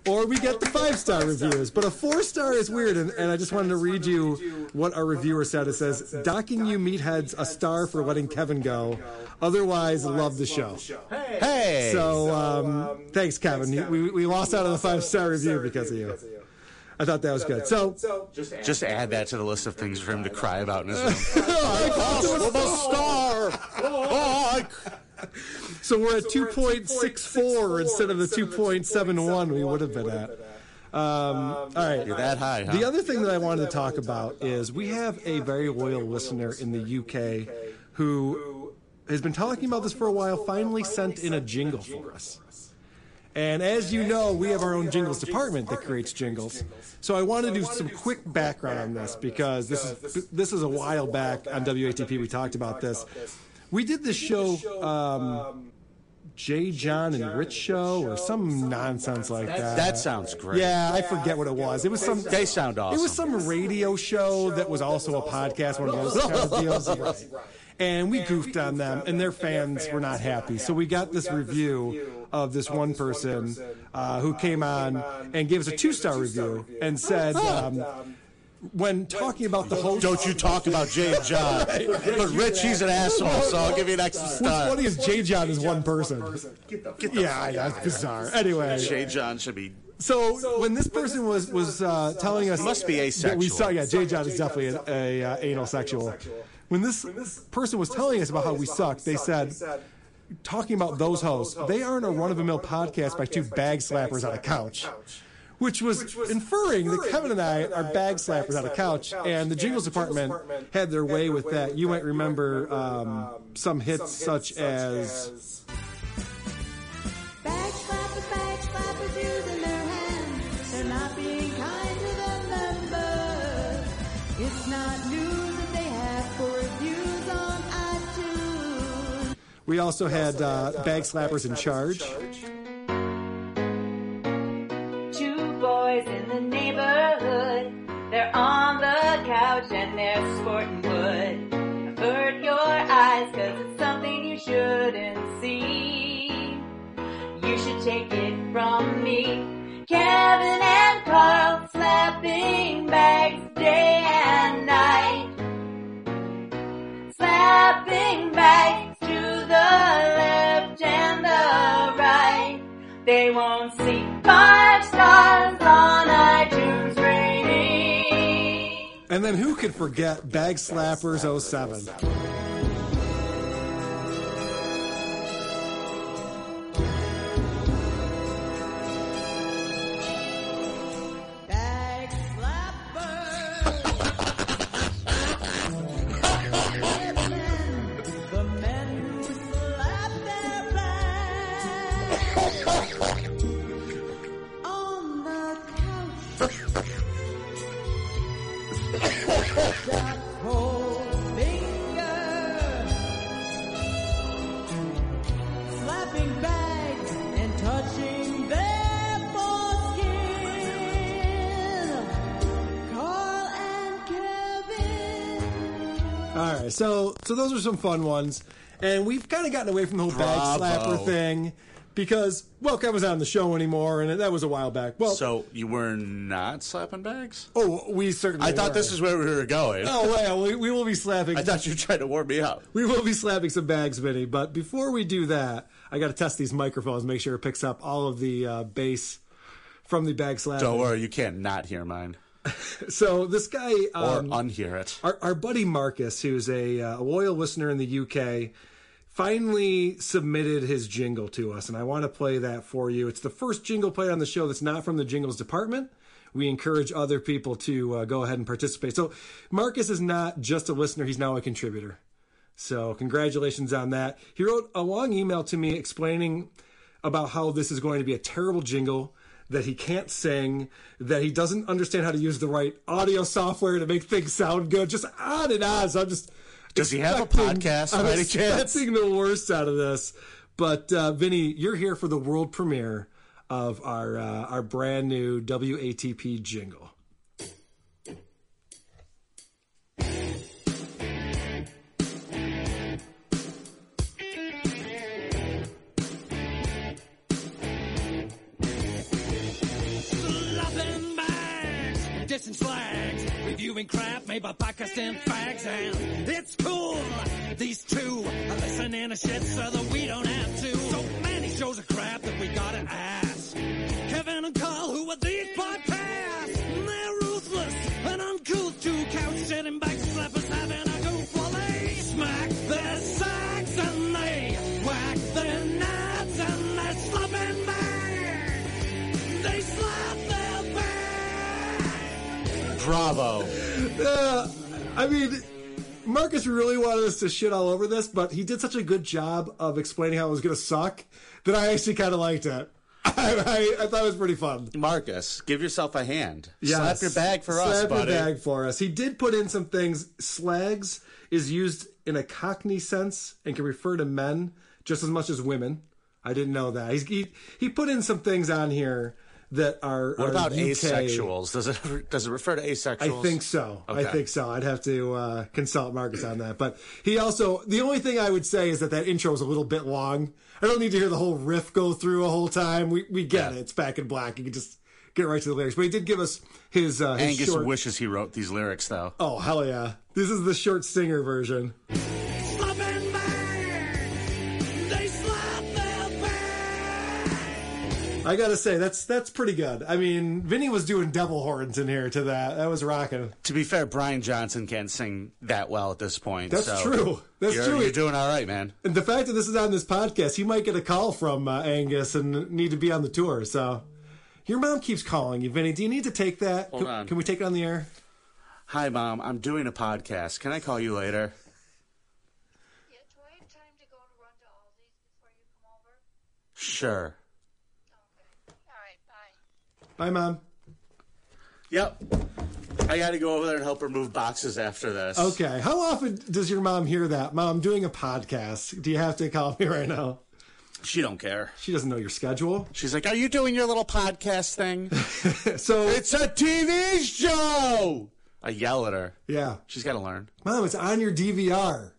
[SPEAKER 1] Or we get the five star reviews, but a four star is weird. And, and I just wanted to read you what our reviewer said. It says, "Docking you meatheads a star for letting Kevin go. Otherwise, love the show."
[SPEAKER 5] Hey.
[SPEAKER 1] So um, thanks, Kevin. You- We, we lost out on the five star review because of you. I thought that was good. So
[SPEAKER 5] Just add that to the list of things for him to cry about in his room.
[SPEAKER 1] So we're at 2.64 instead of the 2.71 we would have been at. Um, all right.
[SPEAKER 5] You're that high, huh?
[SPEAKER 1] The other thing that I wanted to talk about is we have a very loyal listener in the UK who has been talking about this for a while, finally sent in a jingle for us. And as you know, we have our own jingles department that creates jingles. So I want to do some quick background on this because this is this is a while back on WATP. We talked about this. We did this show, um, Jay John and Rich show, or some nonsense like that.
[SPEAKER 5] That sounds great.
[SPEAKER 1] Yeah, I forget what it was. It was some.
[SPEAKER 5] They sound
[SPEAKER 1] It was some radio show that was also a podcast, one of those kind of deals. Right. And we goofed on them, and their fans were not happy. So we got this review of this one person uh, who came on and gave us a two-star review and said. um, when talking about the host,
[SPEAKER 5] Don't you talk about Jay and John.
[SPEAKER 1] Right.
[SPEAKER 5] But Rich, he's an asshole, so I'll give you an extra star.
[SPEAKER 1] What's funny is Jay John is one person. yeah, I know, it's bizarre. Anyway,
[SPEAKER 5] Jay John should be.
[SPEAKER 1] So, when this person was was uh, telling us,
[SPEAKER 5] Must be
[SPEAKER 1] that We saw,
[SPEAKER 5] asexual.
[SPEAKER 1] yeah, Jay John is definitely an, a uh, anal sexual. When this person was telling us about how we suck, they said, talking about those hosts, they aren't a run of the mill podcast by two bag slappers on a couch. Which was, inferring that Kevin and I are bag slappers on a couch, and the Jingles Department had their way with that. You might remember um, some hits such as
[SPEAKER 3] Bag slapper, bag slappers using their hands. They're not being kind to the members. It's not news that they have for reviews on iTunes.
[SPEAKER 1] We also had uh, Bag Slappers in Charge.
[SPEAKER 3] Two boys in the neighborhood. They're on the couch and they're sporting wood. Avert your eyes cause it's something you shouldn't see. You should take it from me. Kevin and Carl slapping bags day and night. Slapping bags to the left and the right. They won't see five stars on iTunes rating.
[SPEAKER 1] And then who could forget Bag Slappers 07?
[SPEAKER 3] On the
[SPEAKER 13] Slapping bags and touching their foreskin. Carl and Kevin.
[SPEAKER 1] All right, so so those are some fun ones, and we've kind of gotten away from the whole
[SPEAKER 5] Bravo.
[SPEAKER 1] Bag Slapper thing because well, Kevin's not on the show anymore, and that was a while back. Well,
[SPEAKER 5] So you were not slapping bags?
[SPEAKER 1] oh, we certainly.
[SPEAKER 5] I thought
[SPEAKER 1] were.
[SPEAKER 5] this is where we were going.
[SPEAKER 1] Oh well, we, we will be slapping.
[SPEAKER 5] I thought you were trying to warm me up.
[SPEAKER 1] We will be slapping some bags, Vinny. But before we do that, I got to test these microphones, make sure it picks up all of the uh, bass from the bag slash.
[SPEAKER 5] Don't worry, you can't not hear mine
[SPEAKER 1] So this guy um,
[SPEAKER 5] or unhear it.
[SPEAKER 1] Our, our buddy Marcus, who's a uh, loyal listener in the UK, finally submitted his jingle to us, and I want to play that for you. It's the first jingle played on the show that's not from the jingles department. We encourage other people to uh, go ahead and participate. So Marcus is not just a listener; he's now a contributor. So congratulations on that. He wrote a long email to me explaining about how this is going to be a terrible jingle that he can't sing, that he doesn't understand how to use the right audio software to make things sound good, just on and on. So I'm just.
[SPEAKER 5] Does he have a
[SPEAKER 1] expecting-
[SPEAKER 5] podcast
[SPEAKER 1] I'm
[SPEAKER 5] by any chance?
[SPEAKER 1] expecting the worst out of this. But uh, Vinny, you're here for the world premiere of our uh, our brand new WATP jingle.
[SPEAKER 11] Slapping bags, distance flags, reviewing crap made by Pakistan fags, and it's cool. These two are listening to shit so that we don't have to. So many shows of crap that we gotta ask. Kevin and Carl, who are these podcasts? And They're ruthless and uncouth, two couch sitting back slappers having a goof while they smack their sacks and they whack their nuts and they're slapping bags. They slap their
[SPEAKER 5] Bravo.
[SPEAKER 1] Uh, I mean, Marcus really wanted us to shit all over this, but he did such a good job of explaining how it was going to suck that I actually kind of liked it. I, I, I thought it was pretty fun.
[SPEAKER 5] Marcus, give yourself a hand.
[SPEAKER 1] Yes.
[SPEAKER 5] Slap your bag for us,
[SPEAKER 1] Slap
[SPEAKER 5] buddy.
[SPEAKER 1] your bag for us. He did put in some things. Slags is used in a Cockney sense and can refer to men just as much as women. I didn't know that. He's, he he put in some things on here that are.
[SPEAKER 5] What
[SPEAKER 1] are
[SPEAKER 5] about
[SPEAKER 1] UK.
[SPEAKER 5] asexuals? Does it does it refer to asexuals?
[SPEAKER 1] I think so. I
[SPEAKER 5] Okay.
[SPEAKER 1] think so. I'd have to uh, consult Marcus on that. But he also, the only thing I would say is that that intro is a little bit long. I don't need to hear the whole riff go through a whole time. We we get it. It's back in black. You can just get right to the lyrics. But he did give us his, uh, his
[SPEAKER 5] Angus
[SPEAKER 1] short.
[SPEAKER 5] wishes he wrote these lyrics though.
[SPEAKER 1] oh hell yeah! This is the short singer version.
[SPEAKER 11] They slap their
[SPEAKER 1] I gotta say that's that's pretty good. I mean, Vinny was doing devil horns in here to that. That was rocking.
[SPEAKER 5] To be fair, Brian Johnson can't sing that well at this point.
[SPEAKER 1] That's
[SPEAKER 5] so
[SPEAKER 1] true. That's
[SPEAKER 5] you're,
[SPEAKER 1] true.
[SPEAKER 5] You're doing all right, man.
[SPEAKER 1] And the fact that this is on this podcast, you might get a call from uh, Angus and need to be on the tour. So, your mom keeps calling you, Vinny. Do you need to take that?
[SPEAKER 5] Hold
[SPEAKER 1] can,
[SPEAKER 5] on.
[SPEAKER 1] can we take it on the air?
[SPEAKER 5] Hi, mom. I'm doing a podcast. Can I call you later? Sure.
[SPEAKER 1] Bye, mom.
[SPEAKER 5] Yep. I got to go over there and help her move boxes after this.
[SPEAKER 1] Okay. How often does your mom hear that? Mom, I'm doing a podcast. Do you have to call me right now?
[SPEAKER 5] She don't care.
[SPEAKER 1] She doesn't know your schedule.
[SPEAKER 5] She's like, "Are you doing your little podcast thing?"
[SPEAKER 1] so
[SPEAKER 5] it's a TV show. I yell at her.
[SPEAKER 1] Yeah.
[SPEAKER 5] She's got to learn.
[SPEAKER 1] Mom, it's on your DVR.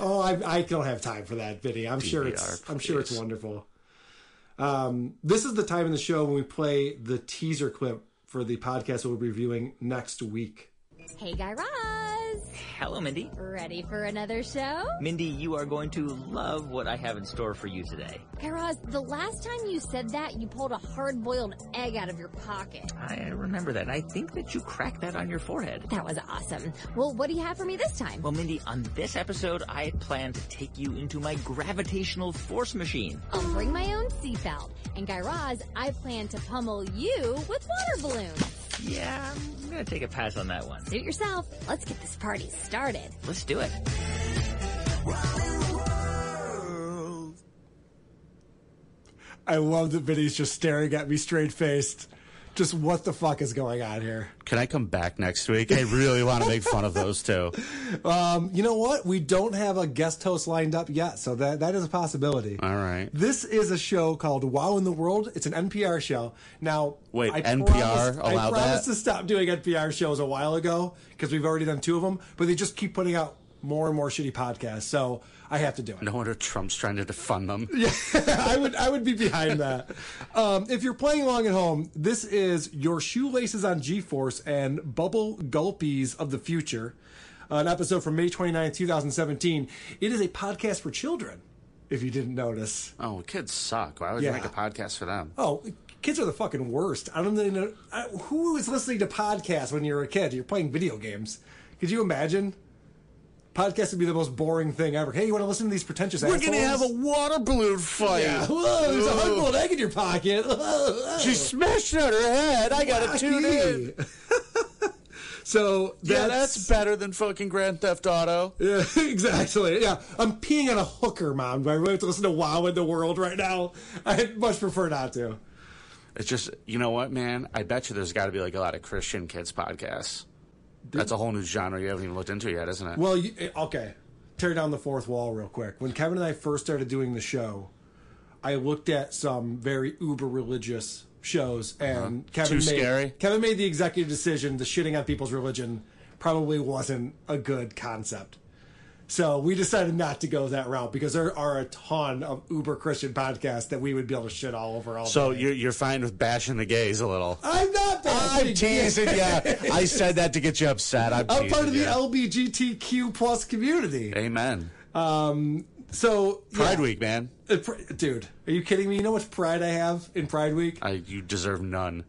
[SPEAKER 1] Oh, I, I don't have time for that, Vinny. I'm sure it's
[SPEAKER 5] DVR,
[SPEAKER 1] I'm sure it's wonderful. Um, this is the time in the show when we play the teaser clip for the podcast we'll be reviewing next week.
[SPEAKER 3] Hey, Guy Raz.
[SPEAKER 6] Hello, Mindy.
[SPEAKER 3] Ready for another show?
[SPEAKER 6] Mindy, you are going to love what I have in store for you today.
[SPEAKER 3] Guy Raz, the last time you said that, you pulled a hard-boiled egg out of your pocket.
[SPEAKER 6] I remember that. I think that you cracked that on your forehead.
[SPEAKER 3] That was awesome. Well, what do you have for me this time?
[SPEAKER 6] Well, Mindy, on this episode, I plan to take you into my gravitational force machine.
[SPEAKER 3] I'll bring my own seatbelt. And Guy Raz, I plan to pummel you with water balloons.
[SPEAKER 6] Yeah, I'm gonna take a pass on that one.
[SPEAKER 3] Suit yourself. Let's get this party started.
[SPEAKER 6] Let's do it.
[SPEAKER 1] I love that Vinny's just staring at me straight faced. Just what the fuck is going on here?
[SPEAKER 5] Can I come back next week? I really want to make fun of those two.
[SPEAKER 1] Um, you know what? We don't have a guest host lined up yet, so that that is a possibility.
[SPEAKER 5] All right.
[SPEAKER 1] This is a show called Wow in the World. It's an NPR show. Now,
[SPEAKER 5] Wait,
[SPEAKER 1] I
[SPEAKER 5] NPR
[SPEAKER 1] promised, I
[SPEAKER 5] allow
[SPEAKER 1] promised
[SPEAKER 5] that?
[SPEAKER 1] to stop doing NPR shows a while ago because we've already done two of them, but they just keep putting out more and more shitty podcasts. So I have to do it.
[SPEAKER 5] No wonder Trump's trying to defund them.
[SPEAKER 1] I would I would be behind that. Um, if you're playing along at home, this is your shoelaces on G-force and bubble gulpies of the future, an episode from May 29, 2017. It is a podcast for children. if you didn't notice.
[SPEAKER 5] Oh, kids suck. Why would
[SPEAKER 1] Yeah.
[SPEAKER 5] you make a podcast for them?
[SPEAKER 1] Oh, kids are the fucking worst. I don't really know I, who is listening to podcasts when you're a kid. You're playing video games. Could you imagine? Podcasts would be the most boring thing ever. Hey, you want to listen to these pretentious
[SPEAKER 5] We're
[SPEAKER 1] assholes?
[SPEAKER 5] gonna have a water balloon fight.
[SPEAKER 1] Yeah. Whoa, there's a hard boiled
[SPEAKER 5] Whoa.
[SPEAKER 1] egg in your pocket.
[SPEAKER 5] She smashed it on her head. I gotta tune in.
[SPEAKER 1] so that's,
[SPEAKER 5] yeah, that's better than fucking Grand Theft Auto.
[SPEAKER 1] Yeah, exactly. Yeah, I'm peeing on a hooker, mom. Do I really have to listen to Wow in the World right now? I'd much prefer not to.
[SPEAKER 5] It's just you know what, man. I bet you there's got to be like a lot of Christian kids podcasts. That's a whole new genre you haven't even looked into yet, isn't it?
[SPEAKER 1] Well, you, eh, okay. Tear down the fourth wall real quick. When Kevin and I first started doing the show, I looked at some very uber religious shows, and
[SPEAKER 5] Uh-huh.
[SPEAKER 1] Kevin
[SPEAKER 5] Too
[SPEAKER 1] made,
[SPEAKER 5] scary?
[SPEAKER 1] Kevin made the executive decision: the shitting on people's religion probably wasn't a good concept. So we decided not to go that route because there are a ton of uber Christian podcasts that we would be able to shit all over. All
[SPEAKER 5] so
[SPEAKER 1] day.
[SPEAKER 5] you're you're fine with bashing the gays a little.
[SPEAKER 1] I'm not bashing
[SPEAKER 5] I'm teasing you.
[SPEAKER 1] gays.
[SPEAKER 5] I said that to get you upset. I'm,
[SPEAKER 1] I'm part of the
[SPEAKER 5] teasing ya.
[SPEAKER 1] LBGTQ plus community.
[SPEAKER 5] Amen.
[SPEAKER 1] Um, so
[SPEAKER 5] Pride
[SPEAKER 1] yeah.
[SPEAKER 5] Week, man.
[SPEAKER 1] Uh, pr- Dude, are you kidding me? You know what pride I have in Pride Week?
[SPEAKER 5] I, you deserve none.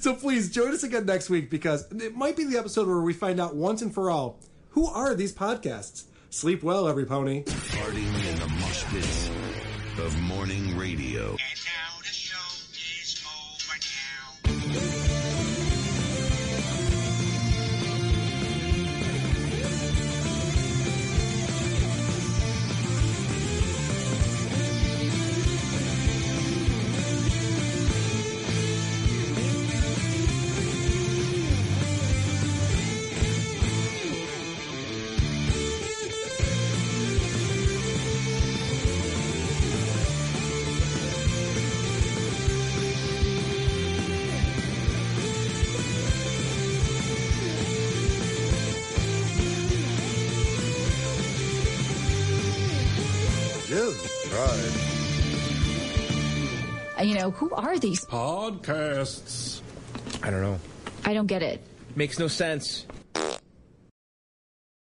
[SPEAKER 1] So please join us again next week because it might be the episode where we find out once and for all who are these podcasts. Sleep well, every pony.
[SPEAKER 15] Farting in the mosh pits of morning radio.
[SPEAKER 2] Jesus Christ.
[SPEAKER 16] You know, who are these?
[SPEAKER 4] Podcasts.
[SPEAKER 17] I don't know.
[SPEAKER 16] I don't get it.
[SPEAKER 17] Makes no sense.